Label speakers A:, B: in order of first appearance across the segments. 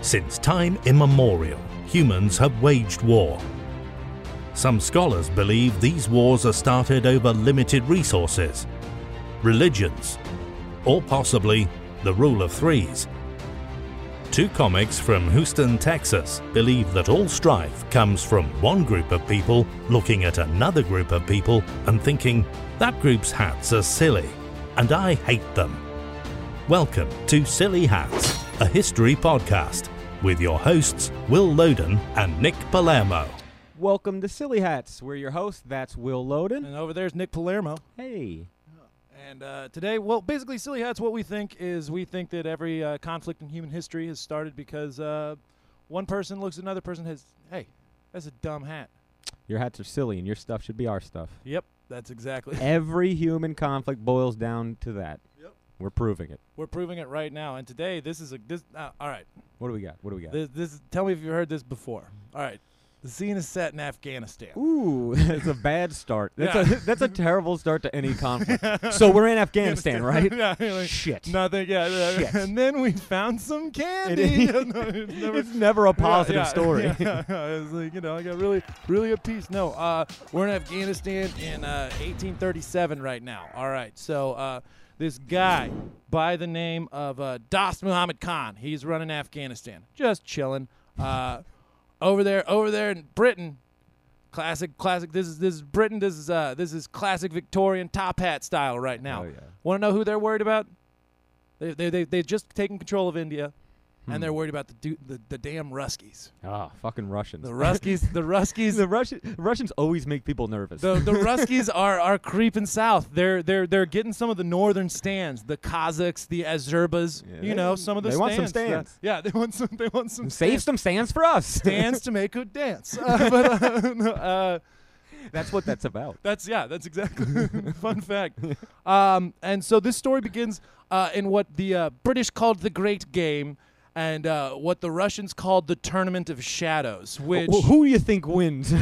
A: Since time immemorial, humans have waged war. Some scholars believe these wars are started over limited resources, religions, or possibly the rule of threes. Two comics from Houston, Texas believe that all strife comes from one group of people looking at another group of people and thinking, that group's hats are silly, and I hate them. Welcome to Silly Hats, a history podcast, with your hosts Will Loden and Nick Palermo.
B: Welcome to Silly Hats. We're your host. That's Will Loden.
C: And over there's Nick Palermo.
B: Hey.
C: And uh, today, well, basically, Silly Hats, what we think is we think that every uh, conflict in human history has started because uh, one person looks at another person has, hey, that's a dumb hat.
B: Your hats are silly, and your stuff should be our stuff.
C: Yep, that's exactly.
B: Every human conflict boils down to that.
C: Yep.
B: We're proving it.
C: We're proving it right now. And today, this is a, this, uh, all right.
B: What do we got? What do we got?
C: This, this, tell me if you've heard this before. All right. The scene is set in Afghanistan.
B: Ooh, that's a bad start. That's
C: Yeah.
B: a that's a terrible start to any conflict. so we're in Afghanistan, right?
C: Yeah, like,
B: Shit.
C: Nothing, yeah. yeah.
B: Shit.
C: And then we found some candy.
B: It-
C: No, it's never-
B: it's never a
C: Yeah,
B: positive
C: yeah,
B: story.
C: Yeah, I was like, you know, I got really, really at peace. No, uh, we're in Afghanistan in uh, 1837 right now. All right, so uh, this guy by the name of uh, Das Muhammad Khan, he's running Afghanistan, just chilling uh, over there, over there in Britain. Classic, classic. This is this is Britain. This is uh, this is classic Victorian top hat style right now.
B: Oh, yeah.
C: Want to know who they're worried about? They they they they've just taken control of India,
B: Hmm.
C: and they're worried about the du- the, the damn Ruskies.
B: Ah, fucking Russians.
C: The Ruskies, the Ruskies,
B: the Russian Russians always make people nervous.
C: the, the Ruskies are are creeping south. They're they're they're getting some of the northern stands, the Kazakhs, the Azerbas.
B: Yeah.
C: You know, some of the
B: They want some stands.
C: Yeah, they want some. They want some
B: Save
C: stands.
B: some stands for us.
C: Stands to make a dance. Uh, but, uh, no, uh,
B: that's what that's about.
C: that's yeah. That's exactly fun fact. Um, and so this story begins uh, in what the uh, British called the Great Game, and uh, what the Russians called the Tournament of Shadows, which.
B: Well, who do you think wins?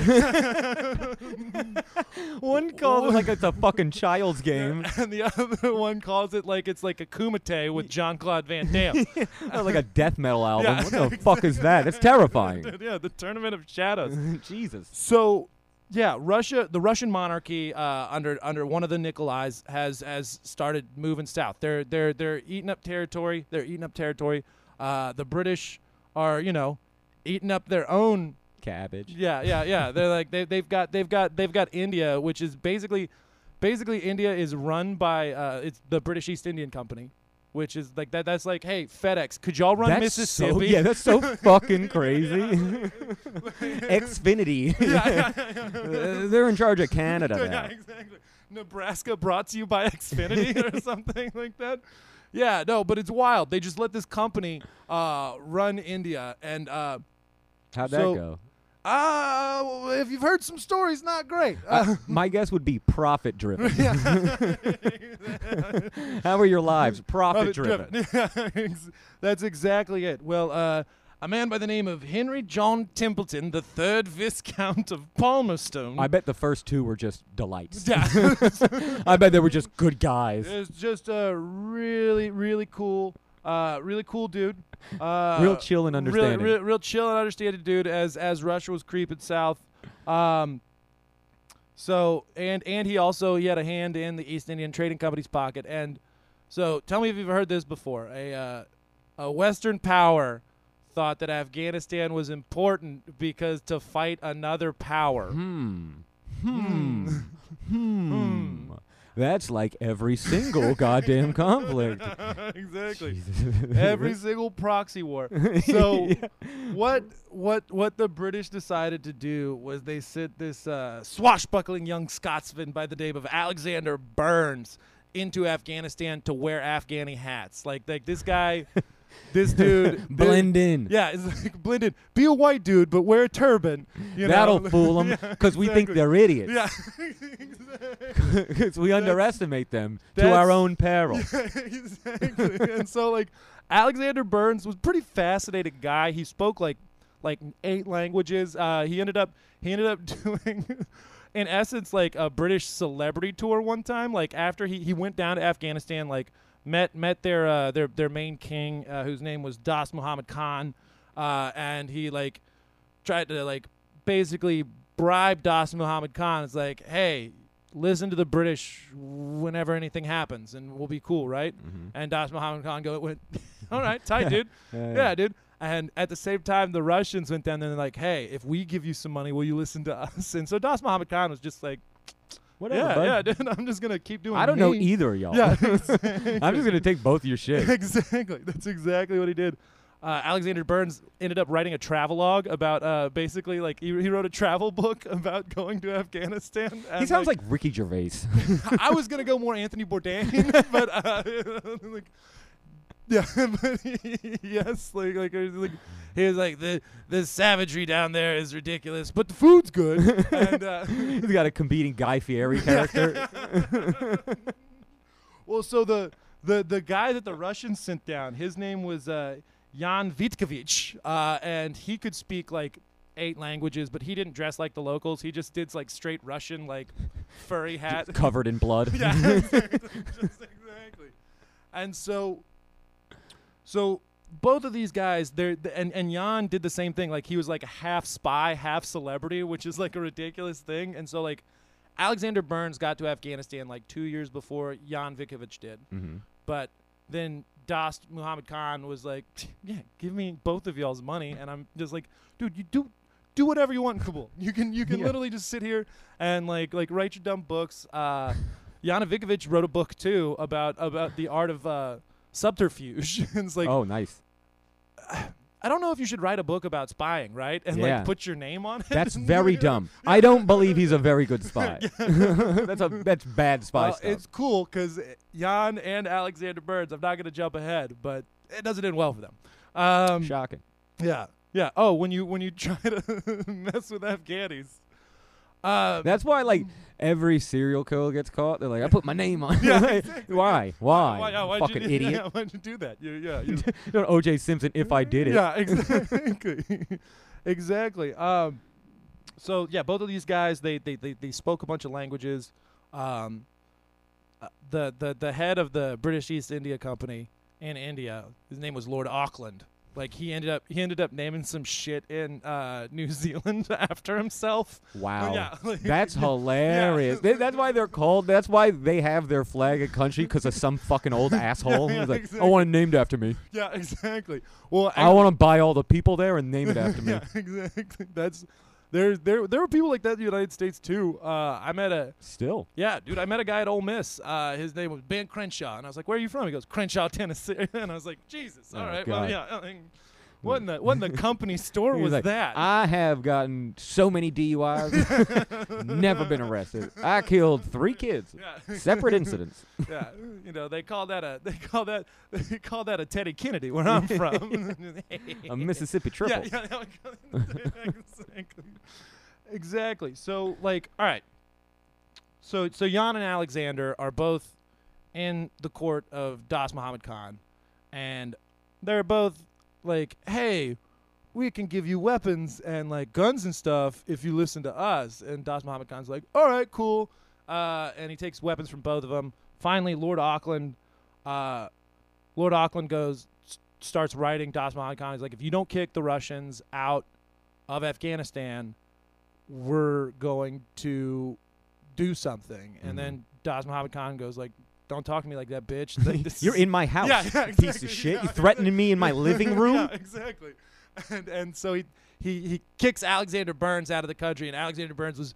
B: One calls it like it's a fucking child's game,
C: and the other one calls it like it's like a kumite with John Claude Van Damme.
B: or like a death metal album.
C: Yeah,
B: what the fuck is that? That's terrifying.
C: yeah, the Tournament of Shadows.
B: Jesus.
C: So, yeah, Russia, the Russian monarchy uh, under under one of the Nikolais has has started moving south. They're they're they're eating up territory. They're eating up territory. Uh, the British are you know eating up their own
B: Cabbage.
C: yeah, yeah, yeah. They're like they they've got they've got they've got India, which is basically basically India is run by uh, it's the British East Indian Company, which is like that that's like hey FedEx, could y'all run
B: that's
C: Mississippi?
B: So, yeah, that's so fucking crazy. Xfinity.
C: yeah, yeah, yeah, yeah.
B: Uh, They're in charge of Canada
C: Yeah,
B: now.
C: exactly. Nebraska brought to you by Xfinity or something like that. Yeah, no, but it's wild. They just let this company uh, run India and. Uh,
B: How'd that
C: So-
B: go?
C: uh, well, if you've heard some stories, not great.
B: Uh, my guess would be profit driven. How are your lives? Profit driven.
C: Yeah, ex- That's exactly it. Well, uh, a man by the name of Henry John Templeton, the third Viscount of Palmerston.
B: I bet the first two were just delights.
C: Yeah.
B: I bet they were just good guys.
C: is just a really, really cool, uh, really cool dude. Uh,
B: Real chill and understanding.
C: Real, real, real chill and understanding dude. As as Russia was creeping south, um, so and and he also he had a hand in the East Indian Trading Company's pocket. And so, tell me if you've heard this before. A uh, a Western power thought that Afghanistan was important because to fight another power.
B: Hmm. Hmm. Hmm. That's like every single goddamn conflict.
C: exactly.
B: Jesus.
C: every single proxy war. So what what what the British decided to do was they sent this uh, swashbuckling young Scotsman by the name of Alexander Burns into Afghanistan to wear Afghani hats. Like like this guy, this dude,
B: blend in.
C: Yeah, it's like blended. Be a white dude, but wear a turban. You
B: That'll
C: know?
B: fool them because we think
C: exactly.
B: they're idiots.
C: Yeah,
B: Because we underestimate them to
C: that's-
B: our own peril.
C: exactly. and so like Alexander Burns was a pretty fascinated guy. He spoke like like eight languages. Uh, he ended up he ended up doing in essence like a British celebrity tour one time. Like after he, he went down to Afghanistan, like met met their uh, their their main king uh, whose name was Das Muhammad Khan. uh, and he like tried to like basically bribe Das Muhammad Khan. It's like, hey, listen to the British whenever anything happens, and we'll be cool, right? And Das Muhammad Khan go went, all right, tight, dude.
B: Mm-hmm. Yeah,
C: yeah,
B: yeah.
C: dude. And at the same time, the Russians went down there and they're like, hey, if we give you some money, will you listen to us? And so Das Muhammad Khan was just like,
B: Whatever,
C: yeah,
B: bud.
C: yeah, dude, I'm just gonna keep doing.
B: I don't know
C: me."
B: either of y'all.
C: Yeah,
B: I'm just gonna take both your shit.
C: exactly. That's exactly what he did. Uh, Alexander Burns ended up writing a travelogue about uh, basically like he, he wrote a travel book about going to Afghanistan.
B: He
C: and,
B: sounds like Ricky Gervais.
C: I was gonna go more Anthony Bourdain, but uh, like, yeah, but yes, like like, he was like he was like the the savagery down there is ridiculous, but the food's good. and uh,
B: He's got a competing Guy Fieri character.
C: well, so the the the guy that the Russians sent down, his name was uh, Jan Vitkovich, uh, and he could speak like eight languages, but he didn't dress like the locals. He just did like straight Russian, like furry hat.
B: covered in blood.
C: yeah, exactly. Just exactly. And so, so both of these guys, they're th- and and Jan did the same thing. Like he was like a half spy, half celebrity, which is like a ridiculous thing. And so like. Alexander Burns got to Afghanistan like two years before Jan Vikovich did,
B: Mhm.
C: but then Dost Muhammad Khan was like, "Yeah, give me both of y'all's money," and I'm just like, "Dude, you do do whatever you want in Kabul. You can you can
B: Yeah.
C: literally just sit here and like like write your dumb books." Uh, Yana Vikovich wrote a book too about about the art of uh, subterfuge. And it's like
B: oh, nice.
C: I don't know if you should write a book about spying, right? And
B: Yeah.
C: like put your name on it.
B: That's very dumb. I don't believe he's a very good spy. that's a that's bad spy
C: Well,
B: stuff.
C: it's cool because Jan and Alexander Burns. I'm not gonna jump ahead, but it doesn't end well for them. Um,
B: Shocking.
C: Yeah. Yeah. Oh, when you when you try to mess with Afghanis. Uh,
B: That's why like every serial killer gets caught. They're like, I put my name on. it. Like, Why? Why?
C: why, yeah,
B: you
C: why'd
B: fucking
C: you do,
B: idiot.
C: Yeah, why'd you do that? You, yeah. You,
B: You know, O.J. Simpson. If I did it.
C: yeah. Exactly. exactly. Um, so yeah, both of these guys they they they, they spoke a bunch of languages. Um, uh, the the the head of the British East India Company in India, his name was Lord Auckland. Like he ended up he ended up naming some shit in uh, New Zealand after himself.
B: Wow.
C: Oh, Yeah, like-
B: that's hilarious. They- that's why they're called. That's why they have their flag a country because of some fucking old asshole.
C: yeah,
B: who's like,
C: exactly.
B: I want it named after me.
C: Yeah, exactly. Well,
B: I want to buy all the people there and name it after me.
C: yeah, exactly. That's there. There, there were people like that in the United States too. Uh, I met a
B: Still.
C: yeah, dude. I met a guy at Ole Miss. Uh, his name was Ben Crenshaw, and I was like, "Where are you from?" He goes, "Crenshaw, Tennessee." And I was like, "Jesus, all
B: Oh,
C: right, well,
B: God.
C: yeah." I mean, what in the what in the company store
B: He
C: was
B: was like,
C: that?
B: I have gotten so many DUIs, never been arrested. I killed three kids,
C: Yeah.
B: separate incidents.
C: yeah, you know they call that a they call that they call that a Teddy Kennedy where I'm from.
B: A Mississippi triple.
C: Yeah, yeah, that one goes- exactly. exactly. So like, all right. So so Jan and Alexander are both in the court of Das Muhammad Khan, and they're both like, hey. We can give you weapons and like guns and stuff if you listen to us. And Das Muhammad Khan's like, all right, cool. Uh, and he takes weapons from both of them. Finally, Lord Auckland uh, Lord Auckland goes s- starts writing Das Muhammad Khan. He's like, if you don't kick the Russians out of Afghanistan, we're going to do something. And then Das Muhammad Khan goes like, don't talk to me like that, bitch. Like, this
B: You're
C: is-
B: in my house,
C: Yeah, yeah,
B: you piece
C: exactly,
B: of shit.
C: yeah,
B: you threatening me in my living room?
C: yeah, exactly. And and so he, he he kicks Alexander Burns out of the country, and Alexander Burns was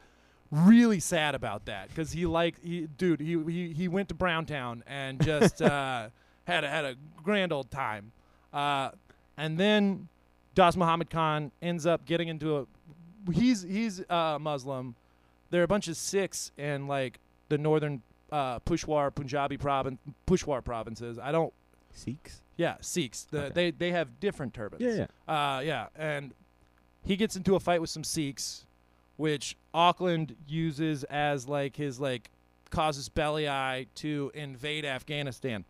C: really sad about that because he like he dude he, he he went to Browntown and just uh, had a, had a grand old time, uh, and then Das Muhammad Khan ends up getting into a he's he's uh, Muslim. There are a bunch of Sikhs in like the northern uh, Pushwar Punjabi province Pushwar provinces. I don't
B: Sikhs?
C: yeah, Sikhs. The,
B: Okay.
C: They they have different turbans.
B: Yeah,
C: yeah. Uh, yeah, and he gets into a fight with some Sikhs, which Auckland uses as like his like causes belly eye to invade Afghanistan.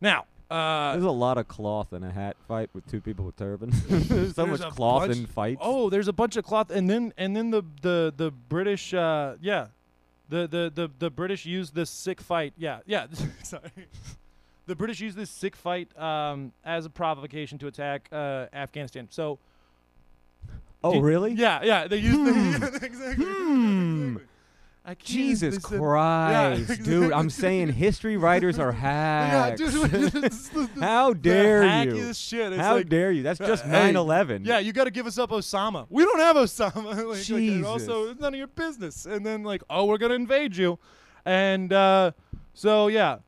C: Now, uh,
B: There's a lot of cloth in a hat fight with two people with turbans. There's so much
C: There's a
B: cloth
C: bunch-
B: in fights.
C: oh, there's a bunch of cloth, and then and then the the the British, uh, yeah, the the the the British used this Sikh fight. Yeah, yeah. Sorry. the British used this sick fight um, as a provocation to attack uh, Afghanistan. So
B: Oh,
C: Did-
B: really?
C: yeah, yeah, they used the exactly.
B: Hmm.
C: I can't-
B: Jesus
C: they said-
B: Christ,
C: Yeah,
B: dude! I'm saying history writers are
C: Yeah,
B: hacks.
C: dude, it's the- the-
B: How
C: the
B: dare you?
C: hackiest shit. It's
B: How
C: like, uh,
B: dare you? That's just
C: Hey,
B: 9/11.
C: Yeah, you got to give us up Osama. We don't have Osama. like, like, and also,
B: Jesus.
C: it's none of your business. And then like, oh, we're gonna invade you, and uh, so yeah,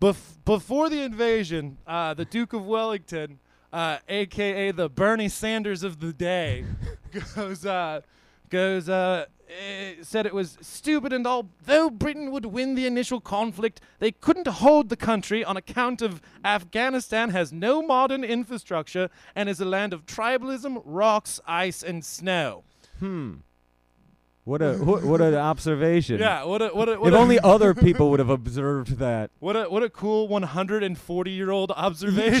C: Bef- before the invasion, uh, the Duke of Wellington, uh, aka the Bernie Sanders of the day, goes uh, goes uh, eh, said it was stupid and all. Though Britain would win the initial conflict, they couldn't hold the country on account of Afghanistan has no modern infrastructure and is a land of tribalism, rocks, ice, and snow.
B: Hmm. What a wh- what an observation.
C: Yeah, what a what a what
B: If
C: a,
B: only other people would have observed that.
C: what a what a cool 140 year old observation.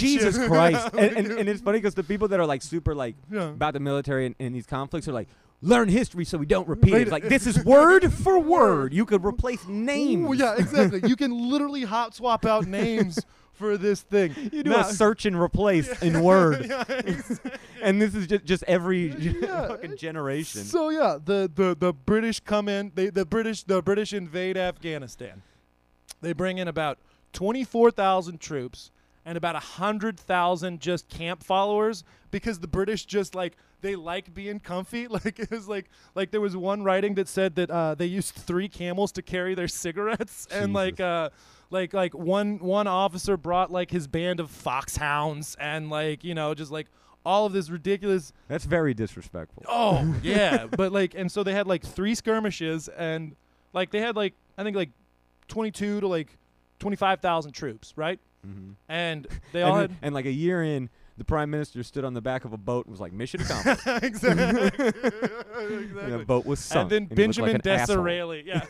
B: Jesus Christ. and, and, and it's funny because the people that are like super like
C: Yeah.
B: about the military and, and these conflicts are like, learn history so we don't repeat it. It's Like this is word for word. You could replace names.
C: Ooh, yeah, exactly. you can literally hot swap out names for this thing.
B: You do
C: Now-
B: a search and replace in Word, and this is just, just every
C: Yeah,
B: fucking
C: it-
B: generation.
C: So yeah, the, the, the British come in. They the British the British invade Afghanistan. They bring in about twenty four thousand troops and about hundred thousand just camp followers because the British just like they like being comfy. Like it was like like there was one writing that said that uh, they used three camels to carry their cigarettes and like uh like like one one officer brought like his band of foxhounds and like you know just like all of this ridiculous
B: That's very disrespectful.
C: Oh yeah, but like, and so they had like three skirmishes, and like they had like I think like twenty-two to like twenty-five thousand troops, right? And they all
B: Mm-hmm. and,
C: had
B: then- and like a year in, the prime minister stood on the back of a boat and was like, "Mission accomplished."
C: exactly.
B: And the boat was sunk.
C: And then
B: he looked
C: Benjamin
B: like an asshole.
C: Disraeli, yeah,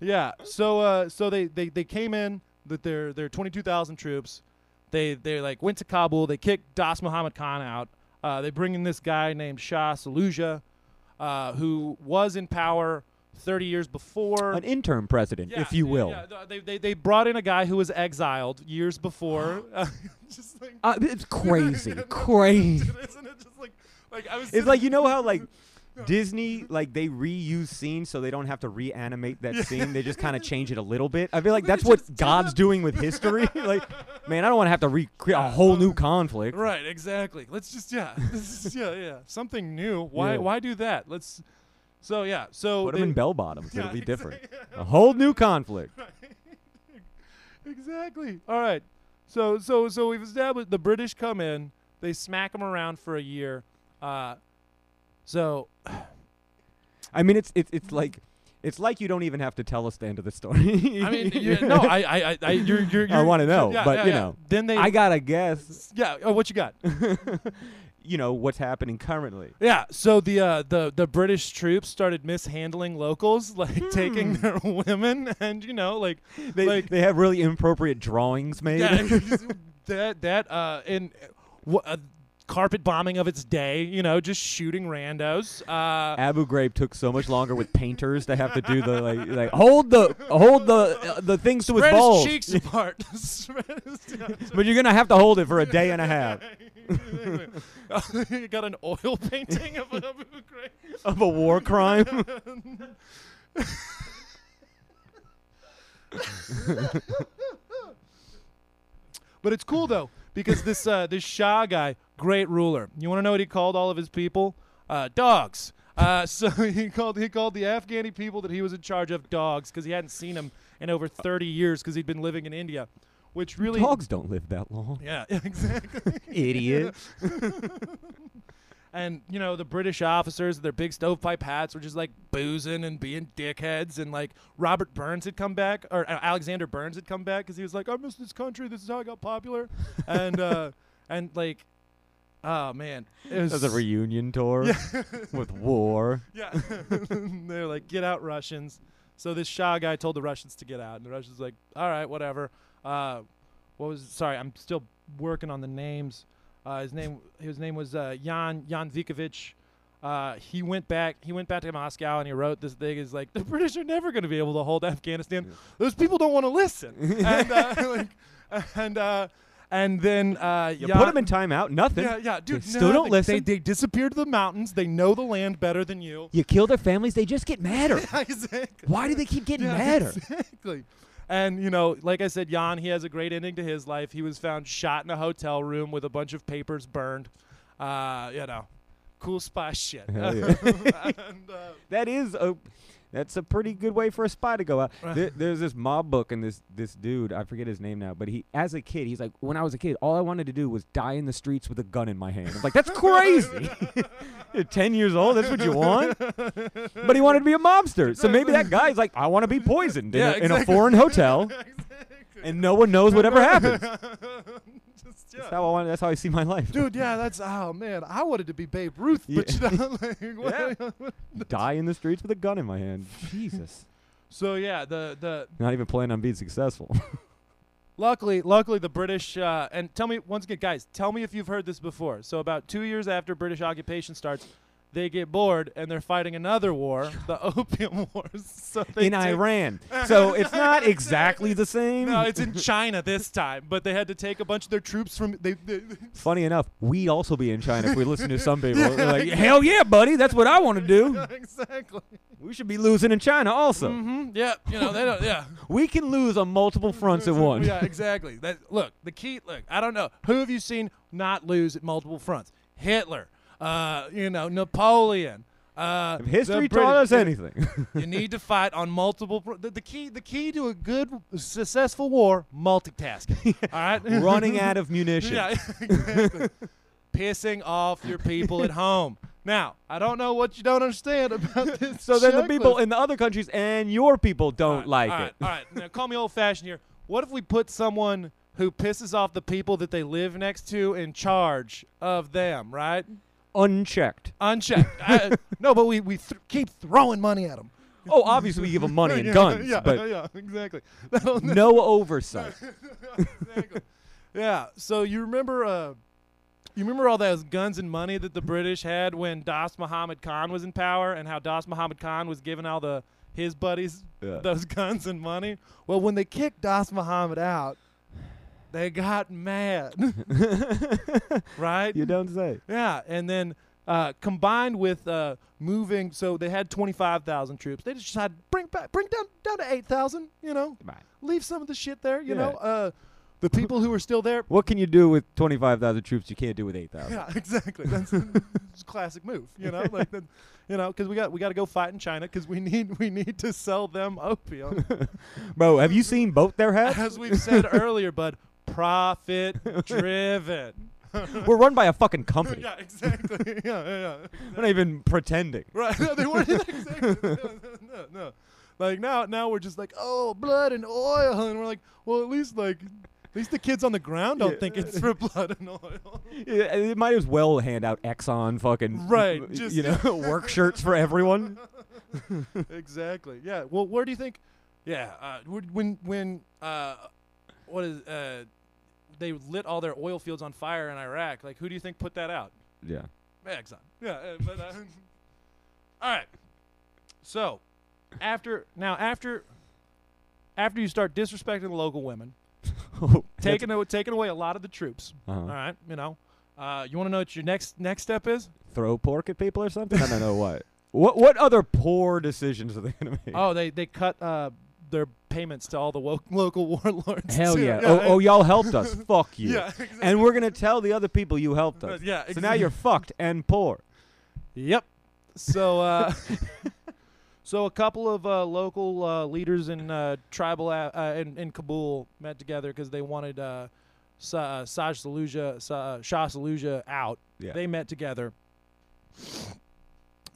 C: yeah. So uh, so they, they they came in that their their twenty-two thousand troops. They they like went to Kabul. They kicked Das Muhammad Khan out. Uh, they bring in this guy named Shah Saluja, uh, who was in power thirty years before.
B: an interim president,
C: Yeah,
B: if you
C: yeah,
B: will.
C: yeah. Th- They, they, they brought in a guy who was exiled years before. Just like-
B: Uh, it's crazy, crazy.
C: Isn't it just like, like I was
B: It's like you know how like Disney like they reuse scenes so they don't have to reanimate that scene. They just kind of change it a little bit. I feel like that's what God's doing with history. like, man, I don't want to have to recreate
C: Uh,
B: a whole
C: um,
B: new conflict.
C: Right, exactly. Let's just yeah, this is, yeah, yeah. Something new. Why
B: Yeah.
C: why do that? Let's. So yeah, so
B: Put them
C: they-
B: in bell bottoms.
C: Yeah,
B: It'll be different. A whole new conflict.
C: exactly. All right. So so so we've established the British come in. They smack them around for a year. Uh, so
B: I mean, it's it's it's like it's like you don't even have to tell us the end of the story.
C: I mean, you, no, I I I, I you're you're.
B: I
C: you're-
B: want to know,
C: yeah,
B: but
C: yeah,
B: you
C: yeah.
B: know,
C: Then they.
B: I gotta guess.
C: yeah. Oh, what you got?
B: you know what's happening currently.
C: Yeah, so the uh, the the British troops started mishandling locals, like
B: Hmm.
C: taking their women, and you know, like
B: They
C: like
B: they have really inappropriate drawings made.
C: yeah, that that uh, in wha- uh, carpet bombing of its day, you know, just shooting randos. Uh,
B: Abu Ghraib took so much longer with painters to have to do the like, like hold the hold the uh, the things to his
C: spread his
B: balls,
C: cheeks apart. Spread his-
B: but you're gonna have to hold it for a day and a half
C: you got an oil painting of Abu Ghraib.
B: of a war crime.
C: But it's cool though because this uh, this Shah guy, great ruler. You want to know what he called all of his people? Uh, dogs. Uh, so he called he called the Afghani people that he was in charge of dogs because he hadn't seen them in over 30 years because he'd been living in India, which really
B: Dogs don't live that long,
C: Yeah, exactly.
B: idiot.
C: And you know the British officers, their big stovepipe hats, were just like boozing and being dickheads. And like Robert Burns had come back, or uh, Alexander Burns had come back because he was like, "I miss this country. This is how I got popular." And uh, and like, oh man, it was
B: That was a reunion tour with war.
C: yeah. They're like, "Get out, Russians." So this Shah guy told the Russians to get out, and the Russians like, "All right, whatever." Uh, what was? Sorry, I'm still working on the names. Uh, his name his name was uh, Jan Jan Vikovich. Uh, he went back. He went back to Moscow and he wrote this thing. Is like the British are never going to be able to hold Afghanistan. Those people don't want to listen. and uh, like, and uh, and then uh,
B: You
C: Yah-
B: put them in timeout. Nothing.
C: yeah, yeah, dude.
B: They still don't
C: nothing.
B: listen.
C: They, they disappeared to the mountains. They know the land better than you.
B: you kill their families. They just get madder.
C: exactly.
B: Why do they keep getting
C: Yeah,
B: madder?
C: Exactly. And you know, like I said, Jan, he has a great ending to his life. He was found shot in a hotel room with a bunch of papers burned. Uh, you know, cool spy shit.
B: Hell yeah.
C: and, uh,
B: that is a that's a pretty good way for a spy to go out. There, there's this mob book and this this dude, I forget his name now, but he as a kid, he's like, when I was a kid, all I wanted to do was die in the streets with a gun in my hand. I'm like, that's crazy. You're 10 years old, that's what you want? But he wanted to be a mobster. So maybe that guy's like, I want to be poisoned in,
C: Yeah,
B: a, in a
C: exactly.
B: foreign hotel and no one knows whatever happens.
C: Just,
B: That's
C: yeah.
B: how I want that's how I see my life.
C: Dude, yeah, that's oh man, I wanted to be Babe Ruth, but
B: Yeah.
C: you know, like, what-
B: Die in the streets with a gun in my hand. Jesus.
C: so yeah, the the
B: Not even planning on being successful.
C: Luckily, luckily, the British uh, and tell me once again, guys, tell me if you've heard this before. So about two years after British occupation starts, they get bored and they're fighting another war, the Opium Wars. So they
B: in
C: do-
B: Iran. So it's not exactly the same.
C: No, it's in China this time, but they had to take a bunch of their troops from. They, they,
B: Funny enough, we'd also be in China if we listened to some people. They're like, hell yeah, buddy, that's what I want to do.
C: exactly.
B: We should be losing in China also.
C: hmm Yeah, you know they don't. Yeah.
B: We can lose on multiple Mm-hmm. fronts at once.
C: Yeah, exactly. That look, the key look, I don't know. Who have you seen not lose at multiple fronts? Hitler, uh, you know, Napoleon. Uh,
B: If history
C: the
B: taught us
C: British-
B: anything.
C: you need to fight on multiple. Pr- the, the key, the key to a good, successful war, multitasking. All right,
B: Running out of munitions.
C: yeah, exactly. Pissing off your people at home. Now, I don't know what you don't understand about this.
B: So then the
C: checklist.
B: people in the other countries and your people don't like
C: all right,
B: it.
C: All right, now call me old fashioned here. What if we put someone who pisses off the people that they live next to in charge of them, right?
B: Unchecked.
C: Unchecked. I, no, but we, we th- keep throwing money at them.
B: Oh, obviously we give them money and guns,
C: yeah,
B: but
C: yeah, exactly. That'll,
B: no oversight.
C: exactly. Yeah. So you remember, uh, you remember all those guns and money that the British had when Das Muhammad Khan was in power, and how Das Muhammad Khan was giving all the his buddies
B: Yeah.
C: those guns and money. Well, when they kicked Das Muhammad out, they got mad, right?
B: you don't say.
C: Yeah, and then uh, combined with uh, moving, so they had twenty five thousand troops. They just decided bring back, bring down down to eight thousand. You know,
B: Right.
C: leave some of the shit there. You
B: Yeah.
C: know, uh, the people who are still there.
B: What can you do with 25,000 troops you can't do with 8,000?
C: Yeah, exactly. That's it's a classic move. You know, like the, you know, because we got we got to go fight in China because we need we need to sell them opium,
B: Bro, have you seen both their hats?
C: as we've said earlier, bud. Profit driven.
B: We're run by a fucking company.
C: yeah, exactly. Yeah, yeah, yeah.
B: We're not even pretending.
C: Right. No, they weren't exactly. No, no, no. Like now, now we're just like, oh, blood and oil, and we're like, well, at least like, at least the kids on the ground don't
B: Yeah.
C: think it's for blood and oil.
B: Yeah, It might as well hand out Exxon fucking
C: Right,
B: y-
C: just-
B: you know work shirts for everyone.
C: exactly. Yeah. Well, where do you think? Yeah. Uh, wh- when when uh, what is uh, they lit all their oil fields on fire in Iraq? Like, who do you think put that out?
B: Yeah.
C: Exxon. Yeah, uh, but uh, all right. So, after now after after you start disrespecting the local women, taking away, taking away a lot of the troops. All
B: uh
C: right, you know, uh, you want to know what your next next step is?
B: throw pork at people or something. I don't know what. What what other poor decisions are they gonna make?
C: Oh, they they cut uh, their payments to all the wo- local warlords.
B: Hell
C: too.
B: yeah! oh,
C: I-
B: oh, y'all helped us. Fuck you.
C: yeah, exactly.
B: And we're gonna tell the other people you helped us.
C: yeah.
B: So now you're fucked and poor.
C: Yep. So, uh, so a couple of uh, local uh, leaders in uh, tribal uh, uh, in, in Kabul met together because they wanted uh, Sa- uh, Saj Saluja, Sa- uh, Shah Saluja out.
B: Yeah.
C: They met together.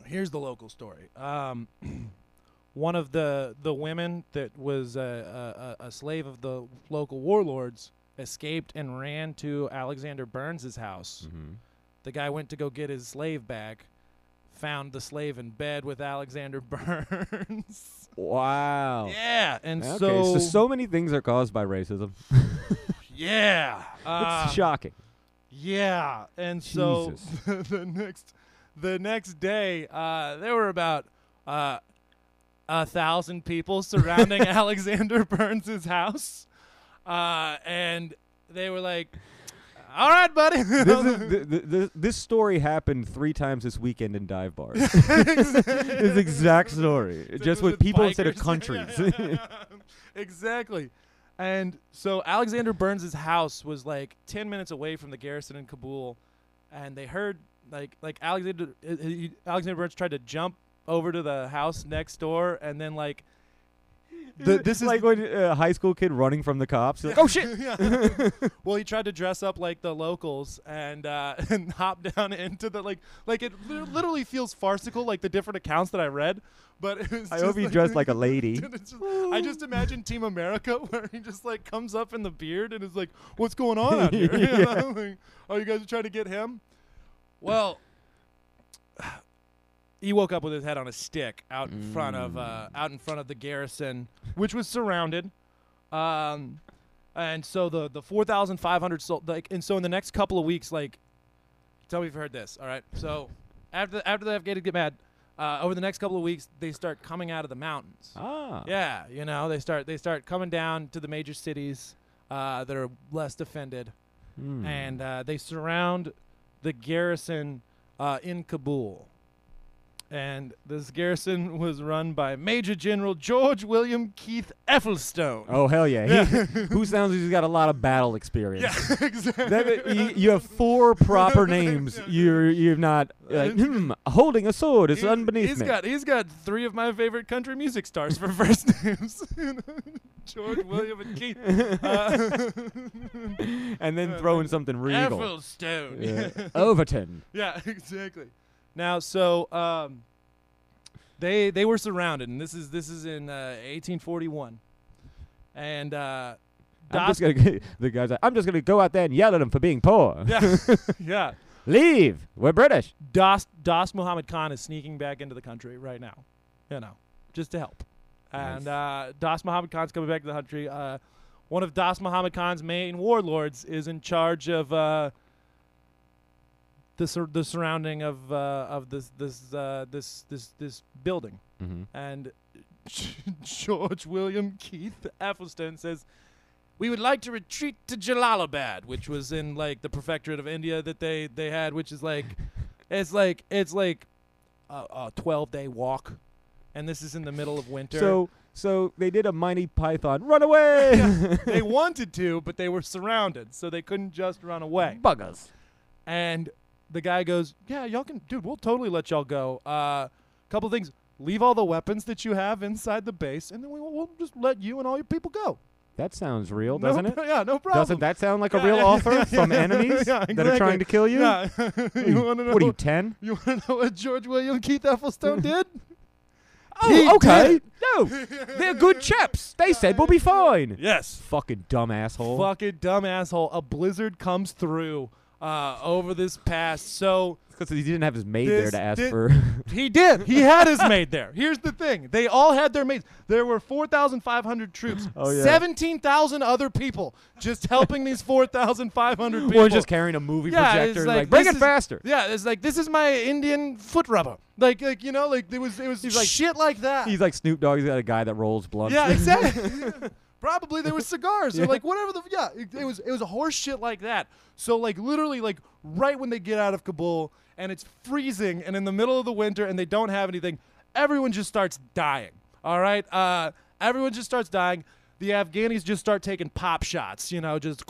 C: Here's the local story. Um, one of the the women that was a, a, a slave of the local warlords escaped and ran to Alexander Burns's house.
B: Mm-hmm.
C: The guy went to go get his slave back, found the slave in bed with Alexander Burns.
B: Wow.
C: yeah, and
B: Oh. Okay,
C: so,
B: so so many things are caused by racism.
C: yeah, uh,
B: Ah. it's shocking.
C: yeah, and so
B: Jesus.
C: the next the next day, uh, there were about uh, a thousand people surrounding Alexander Burns' house, uh, and they were like, "All right, buddy."
B: This, is, th- th- th- this story happened three times this weekend in dive bars. this exact story, just with, people instead of
C: bikers.
B: countries.
C: Yeah, yeah, yeah. exactly. And so Alexander Burns' house was like 10 minutes away from the garrison in Kabul and they heard like like Alexander uh, he- Alexander Burns tried to jump over to the house next door and then like the, this is
B: like when a high school kid running from the cops. Like, oh shit!
C: Yeah. well, he tried to dress up like the locals and uh, and hop down into the like like it li- literally feels farcical like the different accounts that I read. But it was
B: I
C: just
B: hope he dressed like a lady.
C: Dude, it's just- I just imagine Team America where he just like comes up in the beard and is like, "What's going on out here? You know, like, oh, you guys are trying to get him?" Well, he woke up with his head on a stick out in front of uh, out in front of the garrison, which was surrounded. Um, and so the the four thousand five hundred sol- like, and so in the next couple of weeks, like, tell me if you heard this. All right, so after after the Afghans get mad, uh, over the next couple of weeks, they start coming out of the mountains.
B: Ah,
C: Yeah, you know, they start they start coming down to the major cities uh, that are less defended,
B: Hmm.
C: and uh, they surround the garrison uh, in Kabul. And this garrison was run by Major General George William Keith Ethelstone.
B: Oh hell yeah! He, who sounds like he's got a lot of battle experience.
C: yeah, exactly.
B: That- you, you have four proper names. You're you're not like, hmm, holding a sword is
C: Uh, He's-
B: unbeneath
C: he's
B: me.
C: got he's got three of my favorite country music stars for first names: George, William, and Keith. Uh,
B: and then throwing something regal.
C: Ethelstone.
B: Yeah. Overton.
C: Yeah, exactly. Now, so um, they they were surrounded, and this is this is in uh, 1841, and uh,
B: I'm
C: Das-
B: just gonna g- the guys. Like, I'm just gonna go out there and yell at them for being poor.
C: yeah, yeah.
B: Leave. We're British.
C: Das Das Muhammad Khan is sneaking back into the country right now, you know, just to help. And uh, Das Muhammad Khan's coming back to the country. Uh, one of Das Muhammad Khan's main warlords is in charge of uh, the sur- the surrounding of uh, of this this uh, this this this building. And George William Keith Athelstan says, "We would like to retreat to Jalalabad, which was in like the prefectorate of India that they they had, which is like, it's like it's like a, a twelve day walk, and this is in the middle of winter.
B: So so they did a Mighty Python. Run away.
C: they wanted to, but they were surrounded, so they couldn't just run away.
B: Buggers.
C: And the guy goes, "Yeah, y'all can, dude. We'll totally let y'all go. Uh, couple things: leave all the weapons that you have inside the base, and then we, we'll just let you and all your people go.
B: That sounds real,
C: No
B: doesn't
C: pro-
B: it?
C: Yeah, no problem.
B: Doesn't that sound like a
C: Yeah,
B: real
C: yeah,
B: offer
C: yeah,
B: from
C: yeah,
B: enemies
C: yeah,
B: that are trying
C: exactly.
B: to kill you?
C: Yeah. you want to know?
B: What are you ten?
C: you want to know what George William Keith Ethelstone did?
B: Oh,
C: He
B: okay.
C: did.
B: No, they're good chaps. They said we'll be fine.
C: Yes.
B: Fucking dumb asshole.
C: Fucking dumb asshole. A blizzard comes through uh, over this pass. So
B: Because he didn't have his maid there
C: This
B: to ask
C: did-
B: for.
C: He did. He had his maid there. Here's the thing: they all had their maids. There were 4,500 troops.
B: Oh, yeah.
C: 17,000 other people just helping these 4,500 people.
B: or just carrying a movie
C: Yeah, it's
B: projector, and like, bring
C: this
B: it
C: is-
B: faster.
C: Yeah, it's like this is my Indian foot rubber. Like, like you know, like it was, it was
B: like-
C: shit like that.
B: He's like Snoop Dogg. He's got a guy that rolls blunts.
C: yeah, exactly. Probably they were cigars
B: Yeah.
C: or like whatever the yeah. It, it was it was horse shit like that. So like literally like right when they get out of Kabul and it's freezing and in the middle of the winter and they don't have anything, everyone just starts dying. All right, uh, everyone just starts dying. The Afghanis just start taking pop shots. You know, just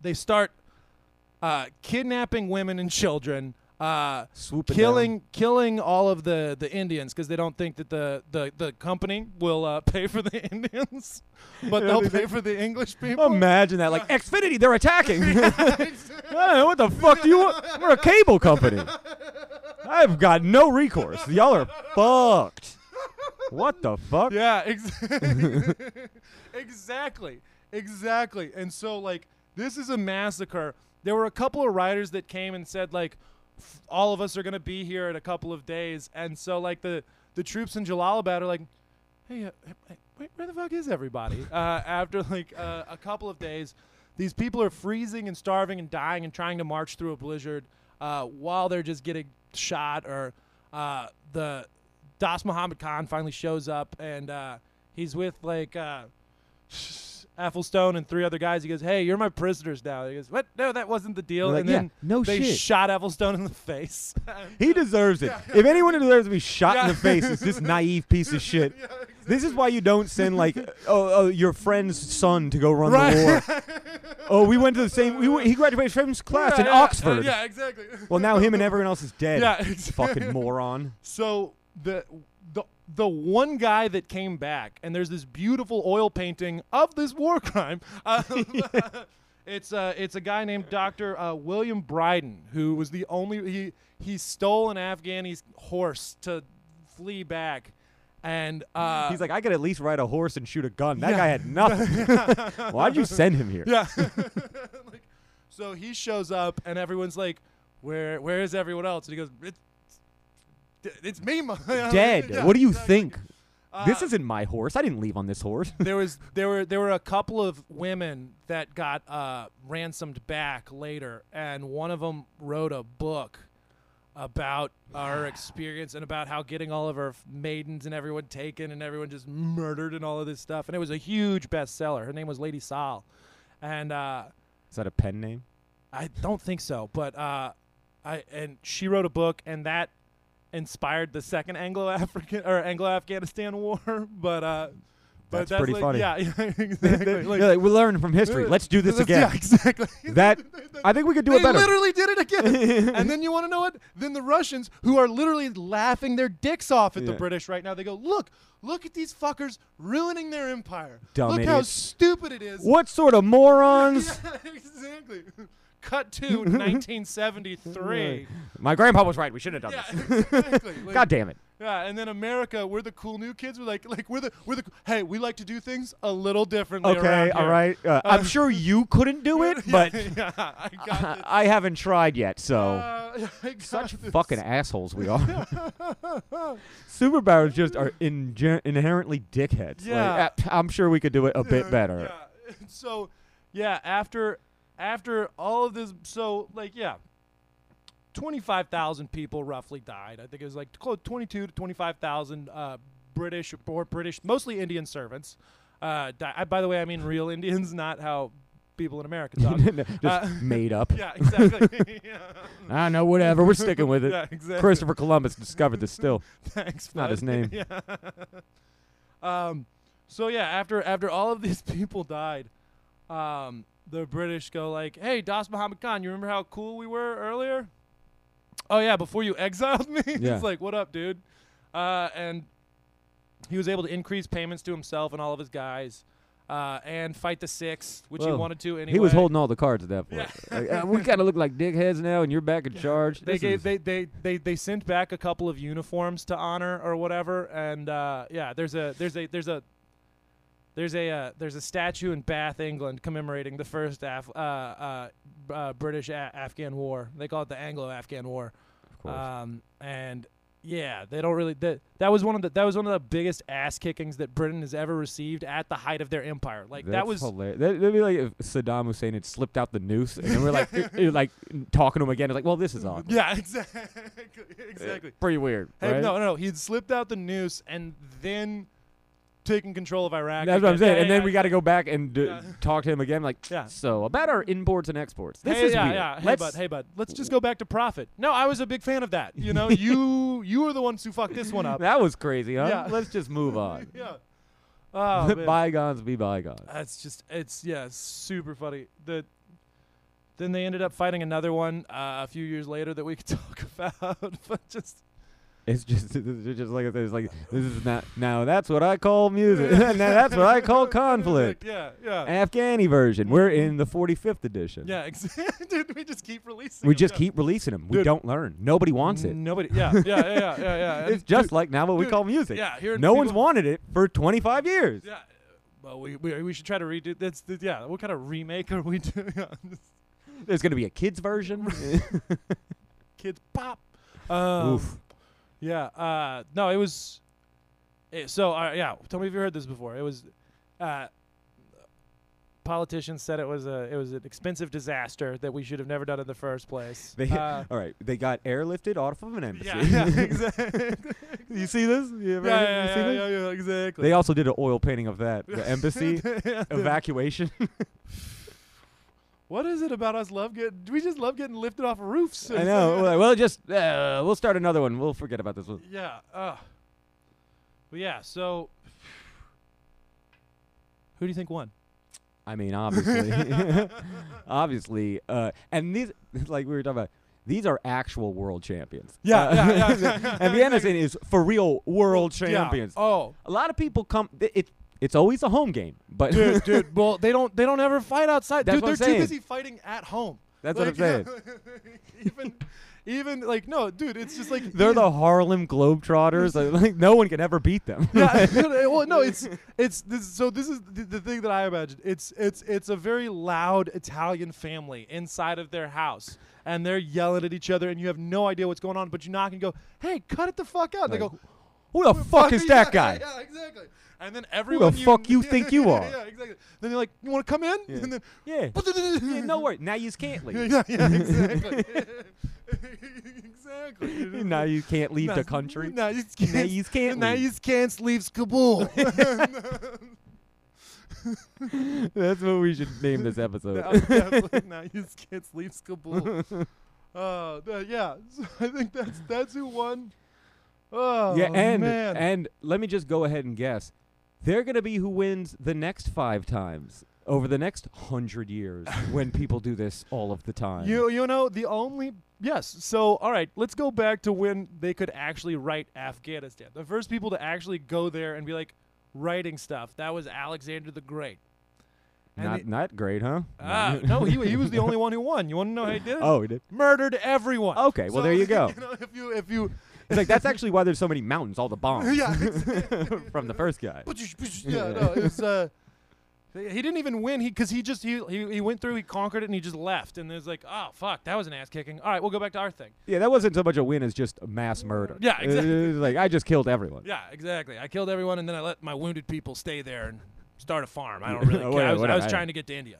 C: they start uh, kidnapping women and children, uh,
B: Swooping
C: killing killing all of the the Indians because they don't think that the the, the company will uh, pay for the Indians, but they'll pay for the English people.
B: Imagine that. Like, Xfinity, they're attacking. Hey, what the fuck do you want? We're a cable company. I've got no recourse. Y'all are fucked. What the fuck?
C: Yeah, ex- exactly, exactly. And so like this is a massacre. There were a couple of writers that came and said like f- all of us are gonna be here in a couple of days, and so like the the troops in Jalalabad are like, hey, uh, hey, where, where the fuck is everybody? Uh, after like uh, a couple of days, these people are freezing and starving and dying and trying to march through a blizzard. uh, while they're just getting shot, or uh, the Das Muhammad Khan finally shows up and uh, he's with like uh, Athelstone and three other guys. He goes, "Hey, you're my prisoners now." He goes, "What? No, that wasn't the deal."
B: They're like,
C: and
B: "Yeah,
C: then
B: no
C: they
B: shit."
C: shot Athelstone in the face.
B: He deserves it. If anyone deserves to be shot in
C: Yeah.
B: the face, it's this naive piece of shit. This is why you don't send like oh, oh your friend's son to go run
C: Right.
B: the war. oh, we went to the same. We went, he graduated from his class
C: Yeah,
B: in
C: yeah,
B: Oxford.
C: Yeah, exactly.
B: Well, now him and everyone else is dead.
C: Yeah, it's-
B: fucking moron.
C: So the the the one guy that came back, and there's this beautiful oil painting of this war crime. Uh, it's uh, it's a guy named Doctor uh, William Bryden who was the only he he stole an Afghani's horse to flee back, and uh,
B: He's like, I could at least ride a horse and shoot a gun. That
C: Yeah.
B: guy had nothing. Why'd you send him here?
C: Yeah. like, so he shows up, and everyone's like, "Where? Where is everyone else?" And he goes, "It's, it's me, ma."
B: Dead. what do you
C: exactly. Uh,
B: think? this isn't my horse. I didn't leave on this horse.
C: there was there were there were a couple of women that got uh, ransomed back later, and one of them wrote a book about our experience and about how getting all of our f- maidens and everyone taken and everyone just murdered and all of this stuff. And it was a huge bestseller. Her name was Lady Sol, and uh,
B: is that a pen name?
C: I don't think so, but uh, I and she wrote a book, and that inspired the second Anglo-African or Anglo-Afghanistan war. But uh, but
B: That's
C: that's,
B: pretty
C: like-
B: funny.
C: Yeah, yeah, exactly.
B: They're
C: Like,
B: like, we learned from history.
C: uh,
B: Let's do this
C: that's-
B: again.
C: Yeah, exactly.
B: That I think we could do
C: they
B: it better.
C: literally did it again. and then you want to know what? Then the Russians, who are literally laughing their dicks off at the
B: Yeah.
C: British right now, they go, "Look, look at these fuckers ruining their empire.
B: Dumb
C: look how
B: idiots."
C: stupid it is."
B: What sort of morons?
C: Yeah, exactly. Cut to 1973.
B: My grandpa was right. We should have done
C: Yeah,
B: this.
C: exactly. Like,
B: God damn it.
C: Yeah, and then America, we're the cool new kids. We're like, like we're the we're the hey, we like to do things a little differently. around
B: Okay, all
C: here.
B: right. Uh, I'm sure you couldn't do it,
C: Yeah,
B: but Uh-huh.
C: yeah, I got it.
B: I haven't tried yet, so.
C: Uh, I got
B: Such
C: this.
B: fucking assholes we are. Superpowers just are inge- inherently dickheads. Like,
C: Yeah.
B: uh, I'm sure we could do it a bit
C: Yeah,
B: better.
C: Yeah. And so, yeah, after after all of this, so like yeah, twenty five thousand people roughly died. I think it was like close twenty two to twenty five thousand uh, British or British, mostly Indian servants. Uh, di- I, by the way, I mean real Indians, not how people in America talk.
B: just
C: Uh,
B: made up.
C: yeah, exactly. yeah.
B: I know, Ah, whatever. We're sticking with it.
C: Yeah, exactly.
B: Christopher Columbus discovered this still.
C: Thanks.
B: not
C: bud.
B: his name.
C: yeah. Um, so yeah, after after all of these people died, um, the British go like, "Hey, Das Muhammad Khan, you remember how cool we were earlier? Oh yeah, before you exiled me.
B: Yeah.
C: it's like, what up, dude? Uh, and he was able to increase payments to himself and all of his guys, uh, and fight the six, which
B: Well,
C: he wanted to anyway.
B: He was holding all the cards at that point.
C: Yeah.
B: Like, uh, we kind of look like dickheads now, and you're back in charge.
C: They
B: This
C: gave
B: is-
C: they, they, they they sent back a couple of uniforms to honor or whatever, and uh, yeah, there's a there's a there's a there's a uh, there's a statue in Bath, England, commemorating the first Af- uh, uh, b- uh, British a- Afghan War. They call it the Anglo-Afghan War.
B: Of course.
C: Um, and yeah, they don't really that that was one of the that was one of the biggest ass kickings that Britain has ever received at the height of their empire. Like that
B: That's
C: was
B: hilarious. That, would be like if Saddam Hussein had slipped out the noose, and then we're like, it- it- like talking to him again. It's like, well, this is odd.
C: yeah, exactly, exactly.
B: Pretty weird.
C: Hey,
B: right?
C: no, no, no. He'd slipped out the noose and then taken control of Iraq.
B: That's what I'm
C: again.
B: saying. And
C: Yeah,
B: then we
C: yeah,
B: got to go back and d-
C: Yeah.
B: talk to him again. Like,
C: Yeah.
B: so about our imports and exports. This
C: hey,
B: is
C: yeah,
B: weird.
C: yeah. Hey,
B: Let's-
C: bud. Hey, bud. Let's just go back to profit. No, I was a big fan of that. You know, you you were the ones who fucked this one up.
B: That was crazy, huh?
C: Yeah.
B: Let's just move on.
C: yeah. Oh,
B: Let
C: man.
B: bygones be bygones.
C: That's just it's yeah, it's super funny. The then they ended up fighting another one uh, a few years later that we could talk about, but just
B: It's just, it's just like it's like this is not. Now that's what I call music. now that's what I call conflict.
C: Yeah, yeah,
B: Afghani version. We're in the 45th edition.
C: yeah. Ex- Dude, we just keep releasing.
B: We
C: them,
B: just
C: yeah.
B: keep releasing them. We
C: Dude.
B: don't learn. Nobody wants it.
C: Nobody. Yeah, yeah, yeah, yeah, yeah. yeah.
B: It's
C: And
B: just
C: dude,
B: like now what we
C: dude,
B: call music.
C: yeah, here in
B: no one's
C: people-
B: wanted it for 25 years.
C: Yeah. Well, we, we we should try to redo. That's the, yeah. What kind of remake are we doing? on this?
B: There's gonna be a kids version.
C: Kids pop. Um,
B: Oof.
C: Yeah. Uh, no, it was. eh, It, so uh, yeah, tell me if you heard this before. It was. Uh, politicians said it was a it was an expensive disaster that we should have never done in the first place.
B: They,
C: Uh,
B: all right, they got airlifted off of an embassy.
C: yeah, yeah, exactly.
B: you see this? You ever-
C: Yeah,
B: you
C: yeah,
B: see
C: yeah,
B: this?
C: yeah, yeah, exactly.
B: They also did an oil painting of that. The embassy evacuation.
C: what is it about us love get? Do we just love getting lifted off roofs?
B: I know. Well, well, just uh, we'll start another one. We'll forget about this one.
C: Yeah. Uh, but yeah. So, who do you think won?
B: I mean, obviously, obviously, uh, and these like we were talking about. These are actual world champions.
C: Yeah,
B: Uh,
C: yeah, yeah.
B: and the Anderson is for real world
C: Yeah.
B: champions.
C: Oh,
B: A lot of people come. th- It, it's always a home game, but
C: dude, dude. Well, they don't. They don't ever fight outside.
B: That's
C: dude,
B: what I'm
C: they're
B: saying.
C: too busy fighting at home.
B: That's what I'm
C: Like, even, even like no, dude. It's just like
B: they're the Harlem Globetrotters. uh, like no one can ever beat them.
C: yeah, well, no, it's it's this, so this is the, the thing that I imagine. It's it's it's a very loud Italian family inside of their house, and they're yelling at each other, and you have no idea what's going on. But you knock and go, "Hey, cut it the fuck out!" They
B: Like,
C: go,
B: Who the fuck is
C: yeah,
B: that guy?
C: Yeah, exactly. And then everyone,
B: fuck you think you are?
C: Yeah, exactly. Then they're like, "You want to come in?" And then,
B: Yeah. yeah, no worry. Now you can't leave.
C: yeah, yeah, exactly, exactly.
B: now you can't leave the country.
C: Now you can't.
B: Now you can't
C: Now
B: leave.
C: you can't leave Kabul.
B: That's what we should name this episode.
C: Now, definitely now you can't leave Kabul. Uh, th- yeah, so I think that's that's who won. Oh
B: yeah, and
C: man.
B: and let me just go ahead and guess. They're gonna be who wins the next five times over the next hundred years when people do this all of the time.
C: you you know the only yes. So all right, let's go back to when they could actually write Afghanistan. The first people to actually go there and be like writing stuff that was Alexander the Great. And
B: not
C: the-
B: not great, huh?
C: Ah, no, he, he was the only one who won. You want to know how he did it?
B: Oh, it is.
C: Murdered everyone.
B: Okay, well, there you go.
C: know, if you if you
B: it's like that's actually why there's so many mountains. All the bombs
C: yeah, exactly.
B: from the first guy.
C: yeah, no, it was. Uh, he didn't even win. He because he just he, he he went through. He conquered it and he just left. And it was like, oh fuck, that was an ass kicking. All right, we'll go back to our thing.
B: Yeah, that wasn't so much a win as just a mass murder.
C: Yeah,
B: It-
C: exactly.
B: it was like I just killed everyone.
C: Yeah, exactly. I killed everyone and then I let my wounded people stay there and start a farm. I don't really care.
B: Whatever,
C: I was, I
B: whatever,
C: was
B: I-
C: trying to get to India.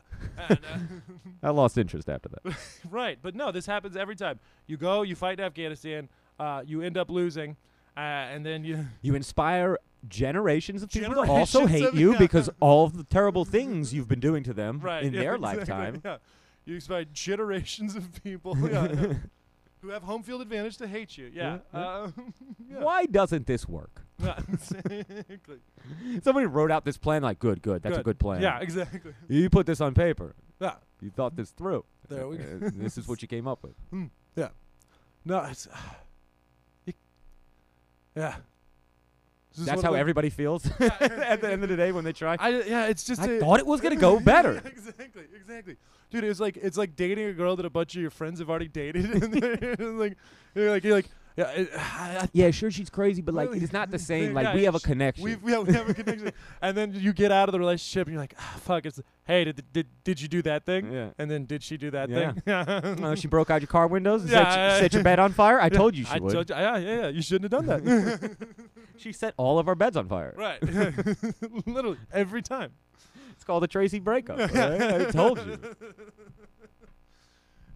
C: And, uh,
B: I lost interest after that.
C: right, but no, this happens every time. You go, you fight in Afghanistan, uh, you end up losing, uh, and then you.
B: you inspire generations of people to also
C: Generations
B: hate
C: of-
B: you
C: yeah.
B: because all of the terrible things you've been doing to them
C: right
B: in
C: yeah,
B: their
C: exactly,
B: lifetime.
C: Yeah, you expect generations of people yeah, yeah, who have home field advantage to hate you. Yeah,
B: Yeah,
C: um, yeah.
B: Why doesn't this work?
C: Yeah, exactly.
B: Somebody wrote out this plan like, good, good, that's a good plan.
C: Yeah, exactly.
B: You put this on paper.
C: Yeah,
B: You thought this through.
C: there we go.
B: Uh, this is what you came up with.
C: Yeah, no, it's you- yeah. This is
B: That's
C: what
B: how
C: we-
B: everybody feels at the end of the day when they try.
C: I yeah, it's just
B: I
C: a-
B: thought it was gonna go better.
C: Yeah, exactly, exactly. Dude, it's like it's like dating a girl that a bunch of your friends have already dated, and they're like you're like you're like yeah, it, I, I
B: yeah, sure, she's crazy, but like,
C: Really?
B: it's not the same.
C: Yeah,
B: Like, we have a
C: it's-
B: connection.
C: We've, yeah, we have a connection. and then you get out of the relationship, and you're like, ah, fuck. It's hey, did, did did you do that thing?
B: Yeah.
C: And then did she do that
B: Yeah.
C: thing? Yeah.
B: Uh, she broke out your car windows and set,
C: Yeah, yeah,
B: set your
C: yeah.
B: bed on fire. I told you she
C: I
B: would.
C: told you- yeah, yeah, yeah. You shouldn't have done that.
B: she set all of our beds on fire.
C: right. Literally every time.
B: It's called a Tracy breakup. right? I told you.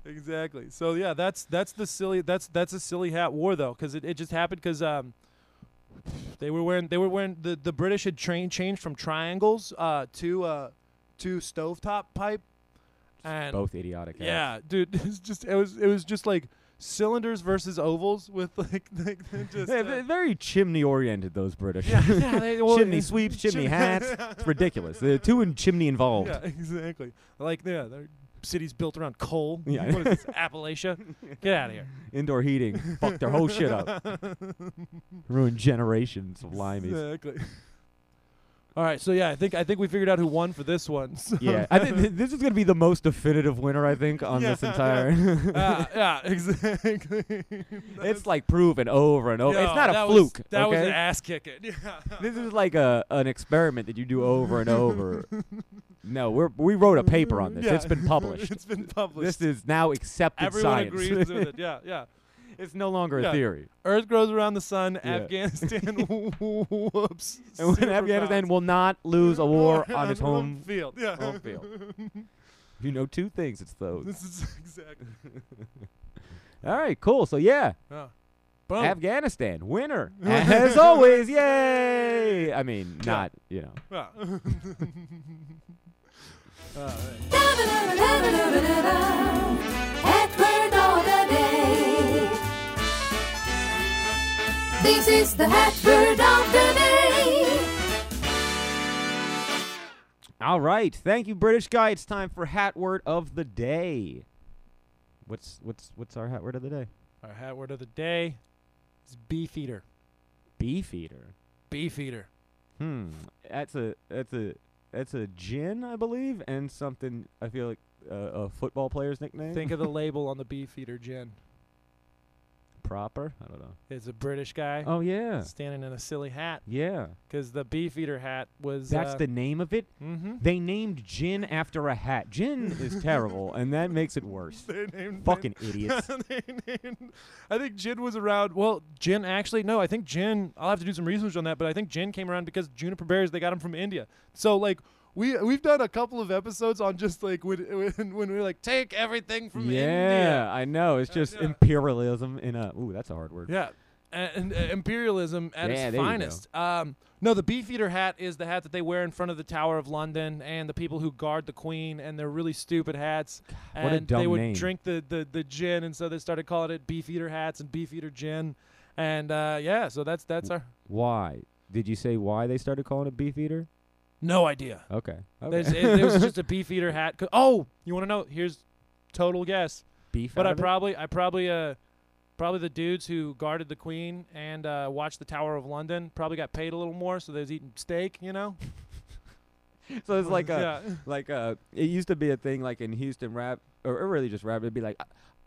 C: Exactly. So yeah, that's that's the silly that's that's a silly hat war though, because it, it just happened because um they were wearing they were wearing the, the British had train changed from triangles uh to uh to stovetop pipe and
B: Both idiotic. acts.
C: yeah, dude, it's just it was it was just like cylinders versus ovals with like, like just
B: They're
C: uh,
B: they're very chimney oriented, those British.
C: yeah, yeah, they, well,
B: chimney
C: it-
B: sweeps, chimney
C: chim-
B: hats. It's ridiculous. They're too in chimney involved.
C: Yeah, exactly. Like yeah, their cities built around coal.
B: Yeah.
C: What is this, Appalachia? Get out of here.
B: Indoor heating. Fuck their whole shit up. Ruined generations of limeys.
C: Exactly. All right, so yeah, I think I think we figured out who won for this one. so-
B: Yeah, I think th- this is gonna be the most definitive winner I think on this
C: Yeah,
B: entire.
C: Ah, yeah, exactly.
B: it's like proven over and over. it's
C: No,
B: not a
C: that
B: fluke.
C: Was, that was an
B: okay?
C: ass kicking. Yeah.
B: This is like a an experiment that you do over and over. no, we're we wrote a paper on this.
C: Yeah.
B: It's been published.
C: it's been published.
B: This is now accepted
C: Everyone
B: science.
C: agrees with it. Yeah, yeah.
B: It's no longer
C: Yeah.
B: a theory.
C: Earth grows around the sun.
B: Yeah.
C: Afghanistan. whoops.
B: And when
C: superpowers.
B: Afghanistan will not lose a war on its home.
C: field. Yeah.
B: home field. If you know two things, it's those.
C: this is exactly.
B: All right, cool. So yeah,
C: Yeah. ah.
B: Oh.
C: Boom.
B: Afghanistan winner as always. Yay! I mean, not you know.
C: Yeah.
D: At word of the day. This is the hat word of the day.
B: All right, thank you, British guy. It's time for hat word of the day. What's what's what's our hat word of the day?
C: Our hat word of the day is beefeater.
B: Beefeater.
C: Beefeater.
B: Hmm. That's a that's a that's a gin, I believe, and something I feel like uh, a football player's nickname.
C: Think of the label on the beefeater gin.
B: proper. I don't know.
C: It's a British guy
B: Oh yeah,
C: standing in a silly hat
B: yeah.
C: because the beefeater hat was.
B: That's
C: uh,
B: the name of it.
C: Mm-hmm.
B: They named gin after a hat. Gin is terrible, and that makes it worse.
C: They named
B: Fucking idiots.
C: they named, I think Jin was around. Well, Jin actually no. I think Jin. I'll have to do some research on that, but I think Jin came around because juniper bears. They got him from India. So like we we've done a couple of episodes on just like when when, when we were like take everything from
B: yeah,
C: India.
B: I know. It's just
C: yeah.
B: imperialism in a. Ooh, that's a hard word.
C: Yeah. And, and uh, imperialism at
B: Yeah,
C: its
B: there you go.
C: finest. Um, no, the beefeater hat is the hat that they wear in front of the Tower of London, and the people who guard the Queen, and they're really stupid hats.
B: what a
C: and they
B: dumb
C: would
B: name.
C: drink the, the the gin, and so they started calling it beefeater hats and beefeater gin, and uh, yeah, so that's
B: Mm.
C: that's our
B: Why did you say why they started calling it beef eater?
C: no idea.
B: Okay. okay.
C: There's, it, it was just a beefeater hat. Co- oh, you want to know? Here's total guess.
B: beef.
C: But
B: out
C: I
B: of it?
C: probably, I probably, uh, probably the dudes who guarded the Queen and uh, watched the Tower of London probably got paid a little more, so they was eating steak, you know?
B: So it's like a
C: yeah.
B: like uh it used to be a thing like in Houston rap or, or really just rap it'd be like uh,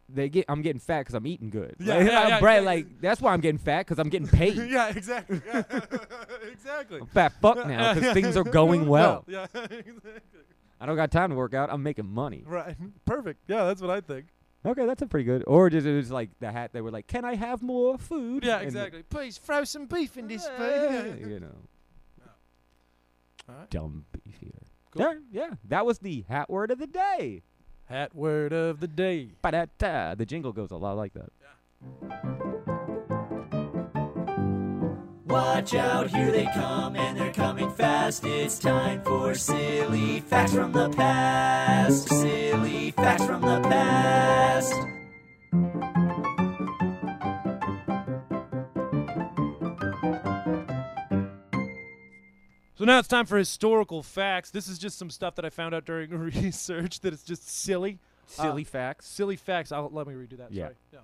B: they get I'm getting fat cuz I'm eating good.
C: Yeah,
B: like,
C: yeah,
B: I'm
C: yeah,
B: bra-
C: yeah.
B: like that's why I'm getting fat cuz I'm getting paid.
C: yeah, exactly, yeah. exactly.
B: I'm fat fuck now cuz things are going well.
C: Yeah, exactly.
B: I don't got time to work out. I'm making money.
C: Right, perfect. Yeah, that's what I think.
B: Okay, that's a pretty good. Or just it was like the hat they were like, "Can I have more food?"
C: Yeah,
B: And-
C: exactly. Please throw some beef in this
B: Yeah,
C: food.
B: you know.
C: Alright.
B: Dumb beef eater.
C: Cool.
B: Yeah, yeah. That was the hat word of the day.
C: Hat word of the day.
B: Ba-da-da. The jingle goes a lot like that.
E: Watch out, here they come, and they're coming fast. It's time for silly facts from the past. Silly facts from the past.
C: So now it's time for historical facts. This is just some stuff that I found out during research that is just silly. Uh,
B: Silly facts.
C: Silly facts. I'll let me redo that.
B: Yeah.
C: Sorry. Yeah.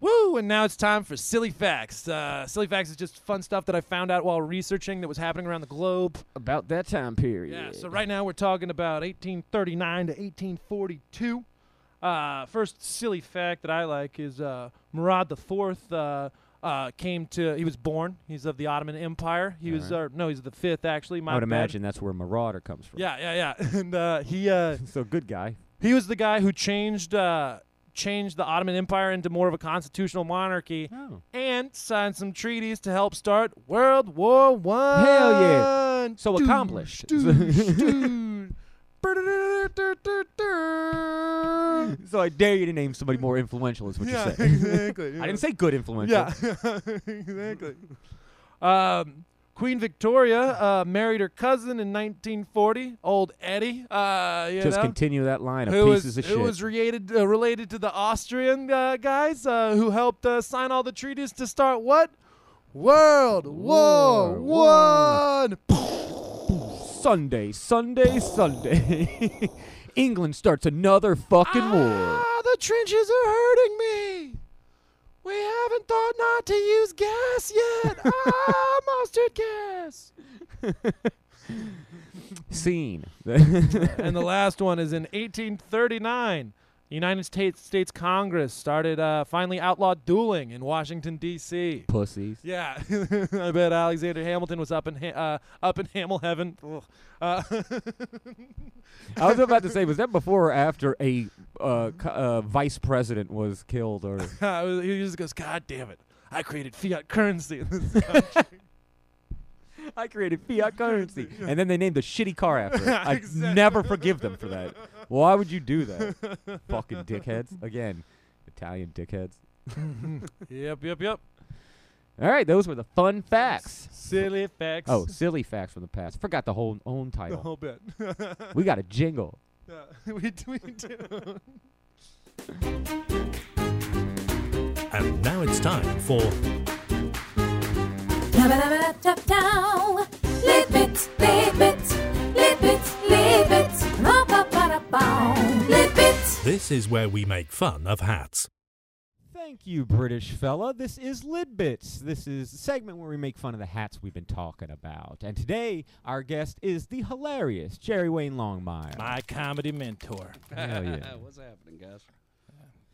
C: Woo! And now it's time for silly facts. Uh, silly facts is just fun stuff that I found out while researching that was happening around the globe.
B: About that time period.
C: Yeah. So right now we're talking about 1839 to 1842. Uh, first silly fact that I like is uh, Murad IV uh, uh, came to. He was born. He's of the Ottoman Empire. He was. Uh, no, he's the fifth actually. My
B: I would
C: bad.
B: imagine that's where Marauder comes from.
C: Yeah, yeah, yeah. And uh, he uh,
B: So good guy.
C: he was the guy who changed uh, changed the Ottoman Empire into more of a constitutional monarchy
B: Oh.
C: and signed some treaties to help start World War One.
B: Hell yeah. So accomplished. So I dare you to name somebody more influential is what
C: Yeah,
B: you said.
C: exactly, yeah.
B: I didn't say good influential.
C: Yeah, exactly. Um, Queen Victoria uh, married her cousin in 1940, old Eddie. Uh, you
B: Just
C: know?
B: continue that line of
C: who was,
B: pieces of
C: who
B: shit.
C: was related, uh, related to the Austrian uh, guys uh, who helped uh, sign all the treaties to start what? World War
B: War
C: One.
B: Sunday, Sunday, Sunday. England starts another fucking war.
C: Ah, the trenches are hurting me. We haven't thought not to use gas yet. ah, mustard gas.
B: Scene.
C: and the last one is in 1839. United States, States Congress started uh, finally outlawed dueling in Washington D.C.
B: Pussies.
C: Yeah, I bet Alexander Hamilton was up in ha- uh, up in Hamel heaven. Ugh. Uh,
B: I was about to say, was that before or after a uh, co- uh, vice president was killed? Or
C: Uh, he just goes, "God damn it! I created fiat currency."
B: I created fiat currency, and then they named the shitty car after it. I never forgive them for that. Why would you do that? Fucking dickheads. Again, Italian dickheads.
C: yep, yep, yep.
B: All right, those were the fun facts.
C: Silly facts.
B: Oh, silly facts from the past. Forgot the whole own
C: the
B: title.
C: whole bit.
B: We got a jingle.
C: we do, we do.
A: And now it's time for
D: Dabba-dabba-da-da-dow. Leave it, leave it, leave it, leave it. Ra-ba-ba-da-bow. Leave it.
A: This is where we make fun of hats.
B: Thank you, British fella. This is Lidbits. This is a segment where we make fun of the hats we've been talking about. And today, our guest is the hilarious Jerry Wayne Longmire.
C: My comedy mentor.
B: Hell yeah.
F: What's happening, guys?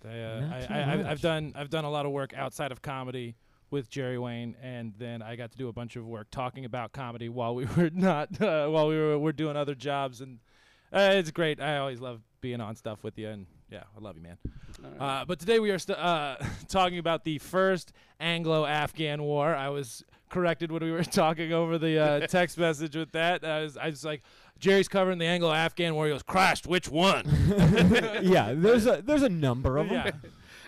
C: They, uh,
B: Not
C: I,
B: too
C: I, I've,
B: much.
C: I've done I've done a lot of work outside of comedy with Jerry Wayne, and then I got to do a bunch of work talking about comedy while we were not uh, while we were, were doing other jobs, and uh, it's great. I always love being on stuff with you, and yeah, I love you, man. Uh, but today we are st- uh, talking about the first Anglo-Afghan War. I was corrected when we were talking over the uh, text message with that. I was, I was like, Jerry's covering the Anglo-Afghan War. He goes, "Christ, which one?"
B: yeah, there's a there's a number of them.
C: yeah.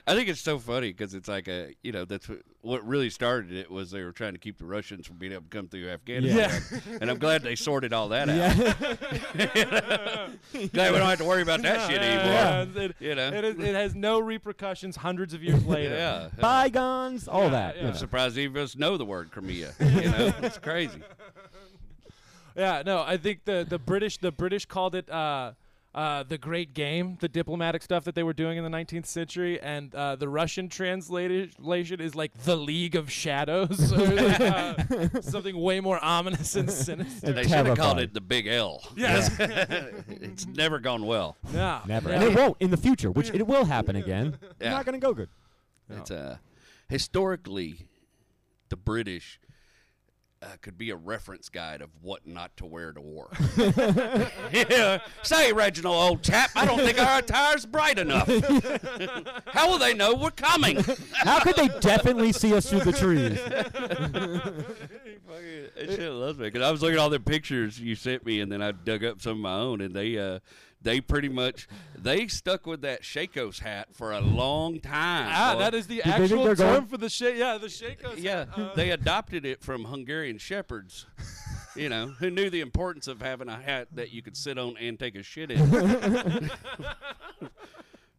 F: I think it's so funny because it's like a you know that's what, what really started it was they were trying to keep the Russians from being able to come through Afghanistan, and I'm glad they sorted all that out. Glad we don't have to worry about that shit anymore.
C: Yeah, yeah, It,
F: You know.
C: it, is, it has no repercussions hundreds of years later.
F: Yeah,
B: Bygones, all that. you
C: yeah.
F: I'm
B: know.
F: surprised even us know the word Crimea. You know, it's crazy.
C: Yeah, no, I think the, the British the British called it uh, uh, the Great Game, the diplomatic stuff that they were doing in the 19th century, and uh, the Russian translation is like the League of Shadows, or like, uh, something way more ominous and sinister.
F: They should have called
B: Terrifying.
F: it the Big L.
C: Yes.
F: it's never gone well.
C: Yeah.
B: Never.
C: Yeah.
B: And it won't in the future, which it will happen again.
F: Yeah.
B: Not going to go good.
F: It's uh, historically, the British uh, could be a reference guide of what not to wear to war. yeah. Say, Reginald, old chap, I don't think our attire's bright enough. How will they know we're coming?
B: How could they definitely see us through the trees?
F: it shit loves me because I was looking at all the pictures you sent me, and then I dug up some of my own, and they uh, they pretty much they stuck with that Shakos hat for a long time.
C: Ah,
F: boy.
C: that is the
B: they think
C: actual
B: they're
C: term
B: going-
C: for the shake. Yeah, the shakos.
F: Yeah,
B: Uh,
F: they adopted it from Hungarian shepherds. You know, who knew the importance of having a hat that you could sit on and take a shit in.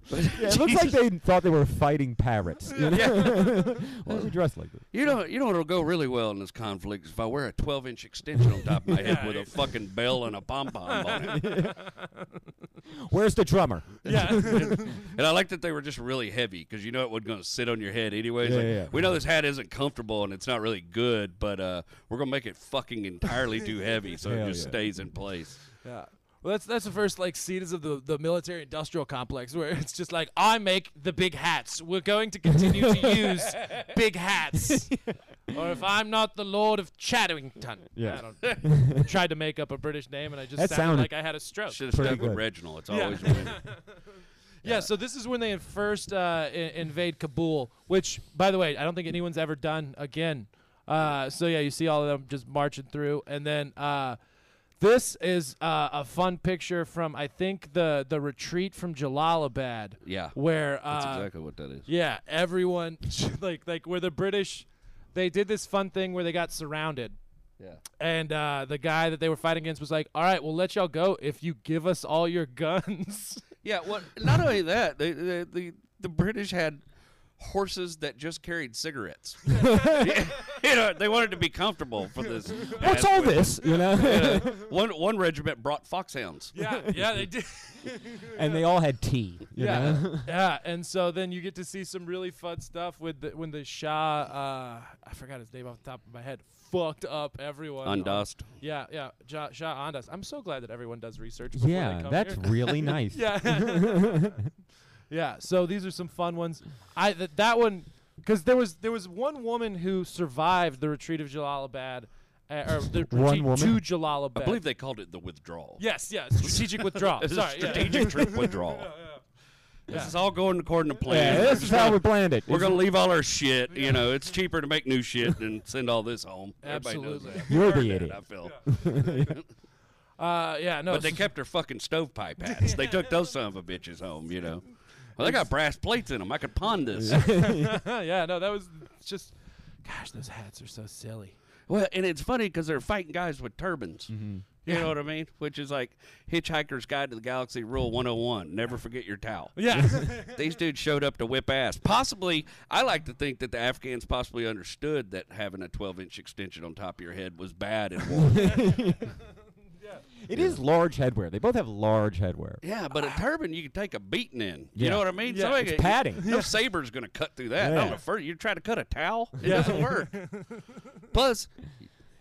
B: Yeah, it looks like they thought they were fighting parrots. You know? Why are we dressed like this?
F: You know, you know what'll go really well in this conflict is if I wear a 12-inch extension on top of my head with a fucking bell and a pom pom on it.
B: Where's the drummer?
C: Yeah.
F: And I like that they were just really heavy because you know it was going to sit on your head anyway.
B: Yeah,
F: like,
B: yeah, yeah.
F: We know this hat isn't comfortable and it's not really good, but uh, we're going to make it fucking entirely too heavy so
B: Hell
F: it just
B: yeah.
F: stays in place.
C: Yeah. Well, that's that's the first like seeds of the, the military industrial complex where it's just like I make the big hats. We're going to continue to use big hats. or if I'm not the Lord of Chatterton.
B: Yeah.
C: I don't, tried to make up a British name and I just
B: That
C: sounded,
B: sounded-
C: like I had a stroke.
F: Should have stuck
B: good.
F: with Reginald. It's
C: Yeah.
F: always winning.
C: Yeah, so this is when they first uh, I- invade Kabul, which, by the way, I don't think anyone's ever done again. Uh, so yeah, you see all of them just marching through, and then uh, this is uh, a fun picture from I think the the retreat from Jalalabad.
F: Yeah.
C: where uh,
F: That's exactly what that is.
C: yeah, everyone like like where the British, they did this fun thing where they got surrounded,
F: Yeah.
C: and uh, the guy that they were fighting against was like, "All right, we'll let y'all go if you give us all your guns."
F: Yeah, well, not only that, the the, the, the British had horses that just carried cigarettes. you know, they wanted to be comfortable for this. uh,
B: What's all this? You know?
F: One one regiment brought foxhounds.
C: yeah, yeah, they did.
B: and they all had tea. You
C: Yeah,
B: Know?
C: yeah, and so then you get to see some really fun stuff with the, when the Shah, uh, I forgot his name off the top of my head, fucked up everyone. on-
F: Undust.
C: Yeah, yeah, Shah, Shah Andas. I'm so glad that everyone does research. Before
B: Yeah,
C: they come
B: that's
C: here.
B: really nice.
C: yeah. Yeah. So these are some fun ones. I th- that one because there was there was one woman who survived the retreat of Jalalabad, uh, or the
B: One
C: retreat
B: woman?
C: to Jalalabad.
F: I believe they called it the withdrawal.
C: Yes. Yeah. Strategic withdrawal.
F: It's a
C: Sorry. yeah.
F: strategic troop withdrawal. This
C: Yeah.
F: is all going according to plan.
B: Yeah,
F: We're
B: this is
F: just
B: how
F: gonna-
B: we planned it.
F: We're
B: It's-
F: going to leave all our shit. You know, it's cheaper to make new shit than send all this home. Everybody knows
C: Absolutely.
F: that.
B: You're the
F: Yeah,
B: idiot.
F: I feel.
C: Uh, yeah. No.
F: But they
C: so-
F: kept their fucking stovepipe hats. They took those son of a bitches home, you know. Well, they got brass plates in them. I could pawn this.
C: yeah. No. That was just. Gosh, those hats are so silly.
F: Well, and it's funny because they're fighting guys with turbans.
C: Mm-hmm.
F: You know what I mean? Which is like Hitchhiker's Guide to the Galaxy Rule 101 never forget your towel.
C: Yeah.
F: These dudes showed up to whip ass. Possibly, I like to think that the Afghans possibly understood that having a 12 inch extension on top of your head was bad in war.
B: It is large headwear. They both have large headwear.
F: yeah, but a turban you could take a beating in. You
B: Yeah.
F: know what I mean?
C: Yeah,
F: Somebody
B: it's
F: could-
B: padding.
F: No saber's going to cut through that. I don't
B: Yeah.
F: know, first, you try to cut a towel, it doesn't work. Plus,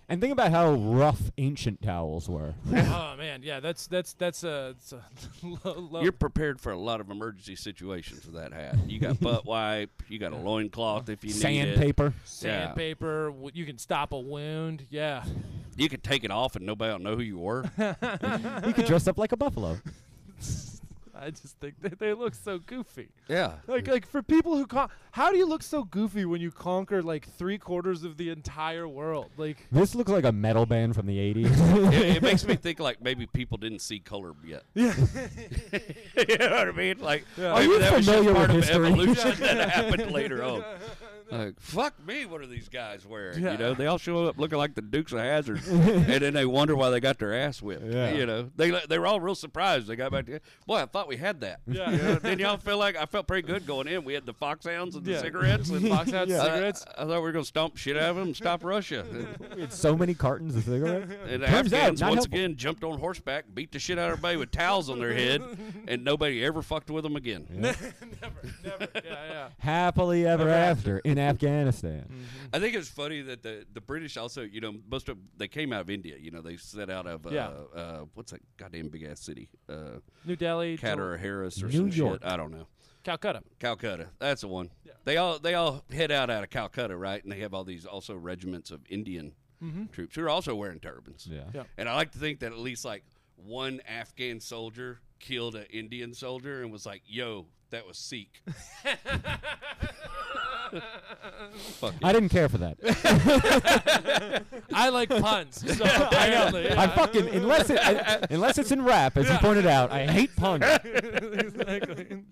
B: And think about how rough ancient towels were.
C: oh man. Yeah. That's that's that's a, it's a low, low.
F: You're prepared for a lot of emergency situations with that hat. You got butt wipe. You got a loincloth if you need it.
B: Sandpaper.
F: yeah.
C: sandpaper. w You can stop a wound. Yeah.
F: You could take it off and nobody will know who you were.
B: You could dress up like a buffalo.
C: I just think that they look so goofy.
F: yeah.
C: Like, like for people who con- how do you look so goofy when you conquer like three quarters of the entire world? Like,
B: This looks like a metal band from the 80s.
F: It, it makes me think like maybe people didn't see color yet. Yeah. you know what I mean? Like,
C: Yeah.
B: Are
F: maybe
B: you
F: that was just
B: familiar
F: part
B: with
F: of
B: history?
F: evolution that happened later on. Like, fuck me, what are these guys wearing?
C: Yeah.
F: You know, they all show up looking like the Dukes of Hazard, and then they wonder why they got their ass whipped.
B: Yeah.
F: You know, they they were all real surprised they got back together. Boy, I thought we had that.
C: Yeah.
F: You know, Didn't y'all feel like I felt pretty good going in? We had the foxhounds and the
C: Yeah.
F: cigarettes and
C: Fox had
F: I-
C: cigarettes.
F: I, thought we were gonna stomp shit out of them, and stop Russia. And-
B: we had so many cartons of cigarettes.
F: and the
B: Turns out,
F: Afghans
B: not
F: once
B: helpful.
F: again jumped on horseback, beat the shit out of everybody with towels on their head, and nobody ever fucked with them again.
C: never. Yeah, yeah.
B: Happily ever after in Afghanistan.
F: I think it's funny that the, the British also, you know, most of they came out of India. You know, they set out of uh,
C: Yeah.
F: uh, what's that goddamn big ass city? Uh,
C: New Delhi,
F: Calcutta
C: Jal-
F: or Harris or
B: New
F: some shit.
B: York.
F: I don't know.
C: Calcutta.
F: Calcutta, that's the one. They all they all head out out of Calcutta, right? And they have all these also regiments of Indian troops who are also wearing turbans.
B: Mm-hmm. Yeah.
C: Yeah.
F: And I like to think that at least like one Afghan soldier killed an Indian soldier and was like, "Yo, that was Sikh."
B: I didn't care for that.
C: I like puns. So apparently,
B: I fucking unless it I, unless it's in rap, as you pointed out, I hate puns.
C: exactly.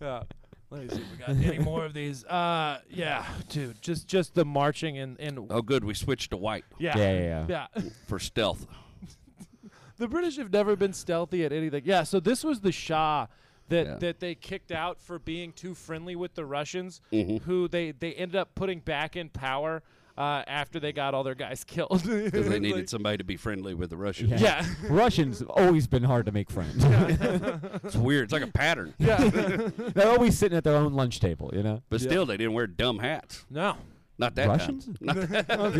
C: Yeah. Let me see if we got any more of these. Uh, yeah, dude. Just just the marching and and
F: Oh, good. We switched to white
C: yeah.
B: Yeah, yeah, yeah.
C: yeah.
F: for stealth.
C: The British have never been stealthy at anything. Yeah, so this was the Shah that,
F: Yeah.
C: that they kicked out for being too friendly with the Russians, who they, they ended up putting back in power uh, after they got all their guys killed.
F: Because they needed somebody to be friendly with the Russians.
C: Yeah.
B: Russians have always been hard to make friends.
F: It's weird. It's like a pattern.
C: yeah.
B: They're always sitting at their own lunch table, you know.
F: But still, they didn't wear dumb hats.
C: No.
F: Not that
B: Russians?
F: time. Not that,
C: no. I was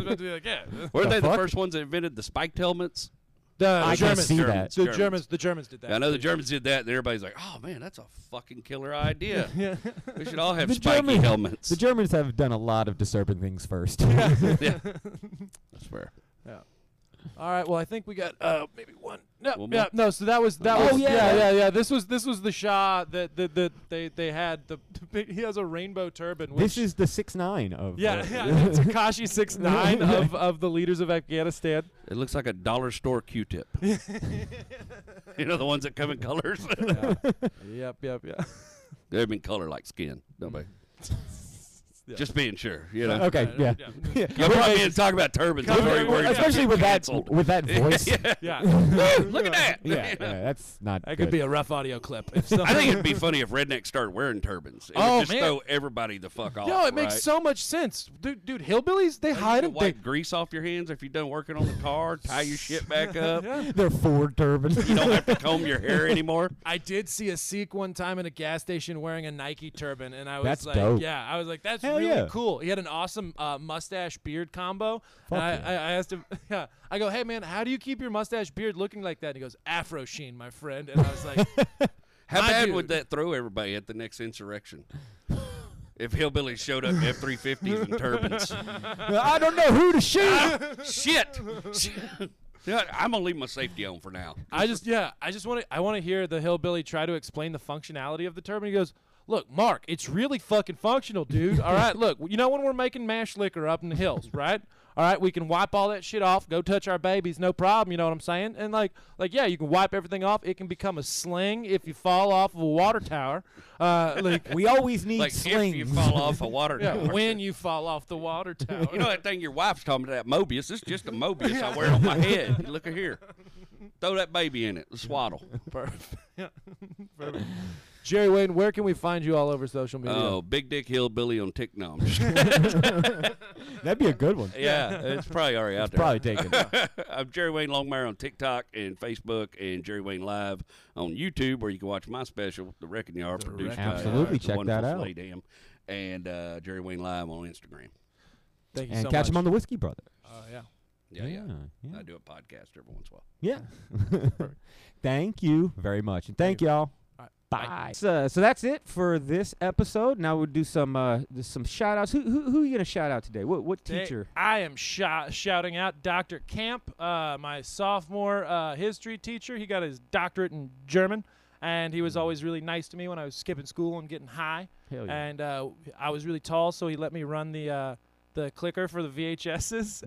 C: about to be like, yeah.
F: weren't they the
B: fuck?
F: first ones that invented the spiked helmets?
C: The
B: I can
C: Germans.
B: see that.
F: Germans.
C: The Germans. The Germans did that.
F: I know the Germans did that, and everybody's like, "Oh man, that's a fucking killer idea. We should all have
B: The
F: spiky
B: German-
F: helmets."
B: The Germans have done a lot of disturbing things first.
F: yeah, I swear.
C: All right. Well, I think we got uh, maybe one. No,
F: One
C: yeah,
F: more?
C: no. So that was that
B: Oh,
C: was
B: yeah.
C: yeah, yeah, yeah. This was this was the Shah that that, that they they had the, the big, he has a rainbow turban. Which
B: this is the six nine of
C: yeah,
B: uh,
C: yeah Takashi six nine of of the leaders of Afghanistan.
F: It looks like a dollar store Q-tip. you know the ones that come in colors.
C: Yep, yep, yeah.
F: they have been color like skin. Nobody. Just being sure, you know.
B: Okay, yeah. yeah.
F: You'll probably be talking about turbans. I'm very worried about
B: Especially
F: getting
B: with that
F: canceled.
B: with that voice. yeah,
C: yeah.
F: Look at that.
B: yeah, that's not.
C: That
B: good.
C: could be a rough audio clip. If so.
F: I think it'd be funny if rednecks started wearing turbans. It
C: Oh,
F: would just
C: man.
F: throw everybody the fuck off.
C: Yo, it makes
F: right?
C: so much sense, dude. Dude, hillbillies they hide
F: You
C: them.
F: can wipe grease off your hands if you're done working on the car. Tie your shit back up.
B: They're Ford turbans.
F: You don't have to comb your hair anymore.
C: I did see a Sikh one time in a gas station wearing a Nike turban, and I was
B: That's
C: like,
B: dope.
C: "Yeah," I was like, "That's
B: Hell
C: really
B: yeah.
C: cool." He had an awesome uh, mustache beard combo,
B: Fuck
C: and I,
B: yeah.
C: I, I asked him, "Yeah," I go, "Hey man, how do you keep your mustache beard looking like that?" And he goes, "Afro sheen, my friend," and I was like,
F: How
C: My
F: bad
C: dude.
F: would that throw everybody at the next insurrection? If hillbillies showed up in F-350s and turbans,
B: I don't know who to shoot.
F: shit. Yeah, I'm gonna leave my safety on for now.
C: I just yeah, I just want to I want to hear the hillbilly try to explain the functionality of the turbine. He goes, "Look, Mark, it's really fucking functional, dude. All right, look, you know when we're making mash liquor up in the hills, right? All right, we can wipe all that shit off, go touch our babies, no problem. You know what I'm saying? And like, like yeah, you can wipe everything off. It can become a sling if you fall off of a water tower. Uh, like,
B: we always need
F: Like
B: slings.
F: if you fall off a water
C: yeah,
F: tower.
C: when you fall off the water tower,
F: You know that thing your wife's talking about, that Mobius? It's just a Mobius I wear on my head. Look at here. Throw that baby in it. The swaddle.
C: Perfect. Yeah. Perfect. Jerry Wayne, where can we find you all over social media?
F: Oh, Big Dick Hillbilly on Tick No. I'm just-
B: That'd be a good one.
F: yeah, it's probably already out there.
B: Probably taken.
F: I'm Jerry Wayne Longmire on TikTok and Facebook and Jerry Wayne Live on YouTube, where you can watch my special, The Wrecking Yard, produced by
B: Absolutely,
F: uh, the
B: check
F: wonderful
B: that out.
F: Slay Dam, and uh, Jerry Wayne Live on Instagram.
C: Thank you
B: and
C: so
B: catch
C: much.
B: him on the Whiskey Brother.
C: Oh, yeah.
F: Yeah, yeah.
B: yeah.
F: I do a podcast every once in a while.
B: Yeah. thank you very much. And thank y'all.
C: Alright,
B: Bye. So, so that's it for this episode. Now we'll do some uh, do some shout outs. Who, who, who are you going to shout out today? What, what
C: Today,
B: teacher?
C: I am sh- shouting out Dr. Camp, uh, my sophomore uh, history teacher. He got his doctorate in German, and he was always really nice to me when I was skipping school and getting high.
B: Hell Mm. Oh, yeah.
C: And uh, I was really tall, so he let me run the uh, the clicker for the VHSs.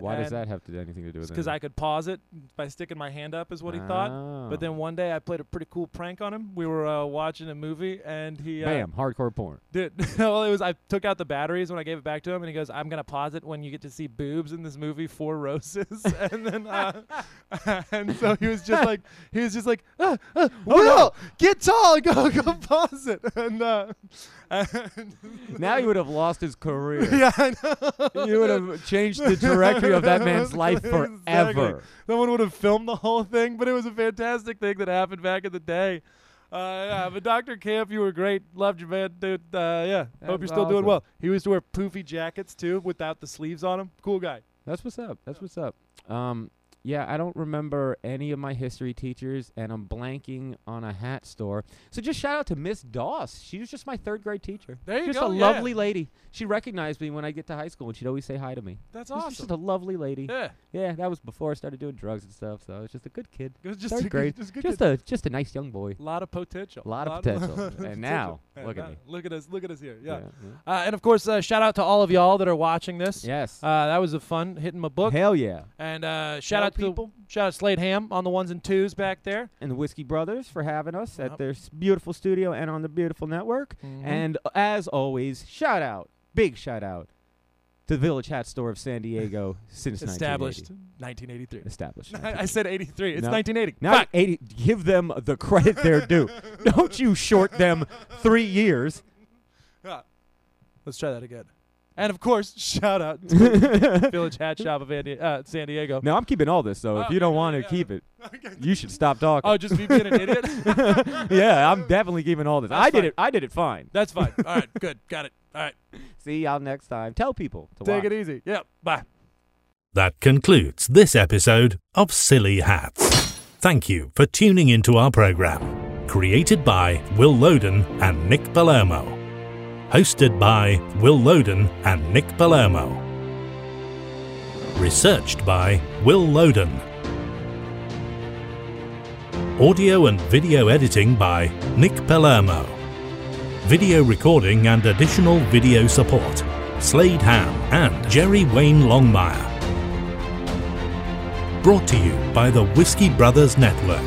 B: Why does
C: and
B: that have to do anything to do with it?
C: Because I could pause it by sticking my hand up, is what he
B: Ah.
C: thought.
B: Oh.
C: But then one day I played a pretty cool prank on him. We were uh, watching a movie, and he uh,
B: Bam, hardcore porn.
C: Dude, well, it was I took out the batteries when I gave it back to him, and he goes, "I'm gonna pause it when you get to see boobs in this movie, Four Roses," and then, uh, and so he was just like, he was just like, ah, ah,
B: Oh,
C: "Will, get tall, go, go, pause it," and, uh, and
B: Now you would have lost his career.
C: yeah, I know.
B: You would have changed the trajectory of that man's life
C: Exactly.
B: forever.
C: Someone would have filmed the whole thing, but it was a fantastic thing that happened back in the day. Uh, yeah, but Dr. Camp, you were great. Loved you, man, dude. Uh, yeah, hope you're
B: That's
C: still doing
B: awesome.
C: well. He used to wear poofy jackets too, without the sleeves on them. Cool guy.
B: That's what's up. That's what's up. Um, yeah, I don't remember any of my history teachers, and I'm blanking on a hat store. So just shout out to Miss Doss. She was just my third grade teacher.
C: There you
B: just
C: go,
B: a
C: yeah.
B: lovely lady. She recognized me when I get to high school, and she'd always say hi to me.
C: That's
B: She was
C: awesome.
B: Just a lovely lady.
C: yeah,
B: Yeah, that was before I started doing drugs and stuff. So I was just a good kid.
C: it was just
B: third
C: a,
B: grade.
C: Just,
B: Just a just a nice young boy.
C: a lot of potential.
B: A lot of potential. And now, look at me.
C: Look at us. Look at us here. Yeah.
B: Yeah, yeah.
C: Uh, and of course, uh, shout out to all of y'all that are watching this.
B: Yes.
C: Uh, that was a fun hitting my book.
B: Hell yeah.
C: And uh, shout
B: Tell
C: out to
B: people.
C: shout out Slade Ham on the ones and twos back there.
B: and the Whiskey Brothers for having us
C: Yep.
B: at their s- beautiful studio and on the beautiful network.
C: Mhm.
B: And uh, as always, shout out, big shout out to the Village Hat Store of San Diego since
C: Established
B: 1980.
C: 1983.
B: Established.
C: I I said 83. It's
B: No.
C: 1980.
B: Now
C: Fuck.
B: 80, give them the credit they're due. Don't you short them three years.
C: Ah. Let's try that again. And of course, shout out to Village Hat Shop of Andi- uh, San Diego.
B: Now I'm keeping all this, so if
C: Oh,
B: you don't
C: yeah,
B: want to
C: yeah.
B: keep it, you should stop talking.
C: Oh, just me being an idiot.
B: yeah, I'm definitely keeping all this.
C: That's
B: I did
C: fine.
B: it. I did it fine.
C: That's fine. All right, good. Got it. All right.
B: See y'all next time. Tell people to
C: Take
B: watch.
C: it easy. Yep. Bye.
A: That concludes this episode of Silly Hats. Thank you for tuning into our program. Created by Will Loden and Nick Palermo. Hosted by Will Loden and Nick Palermo. Researched by Will Loden. Audio and video editing by Nick Palermo. Video recording and additional video support Slade Ham and Jerry Wayne Longmire brought to you by the Whiskey Brothers Network.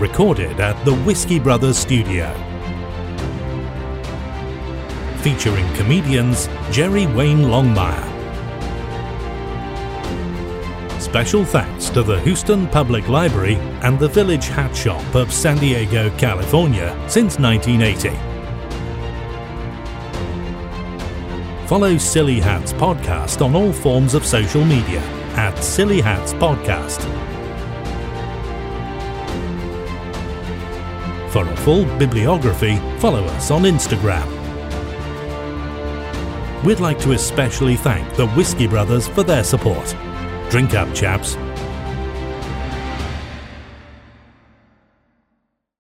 A: Recorded at the Whiskey Brothers Studio. Featuring comedians Jerry Wayne Longmire. Special thanks to the Houston Public Library and the Village Hat Shop of San Diego, California since 1980. Follow Silly Hats Podcast on all forms of social media at Silly Hats Podcast. For a full bibliography, follow us on Instagram. We'd like to especially thank the Whiskey Brothers for their support. Drink up, chaps.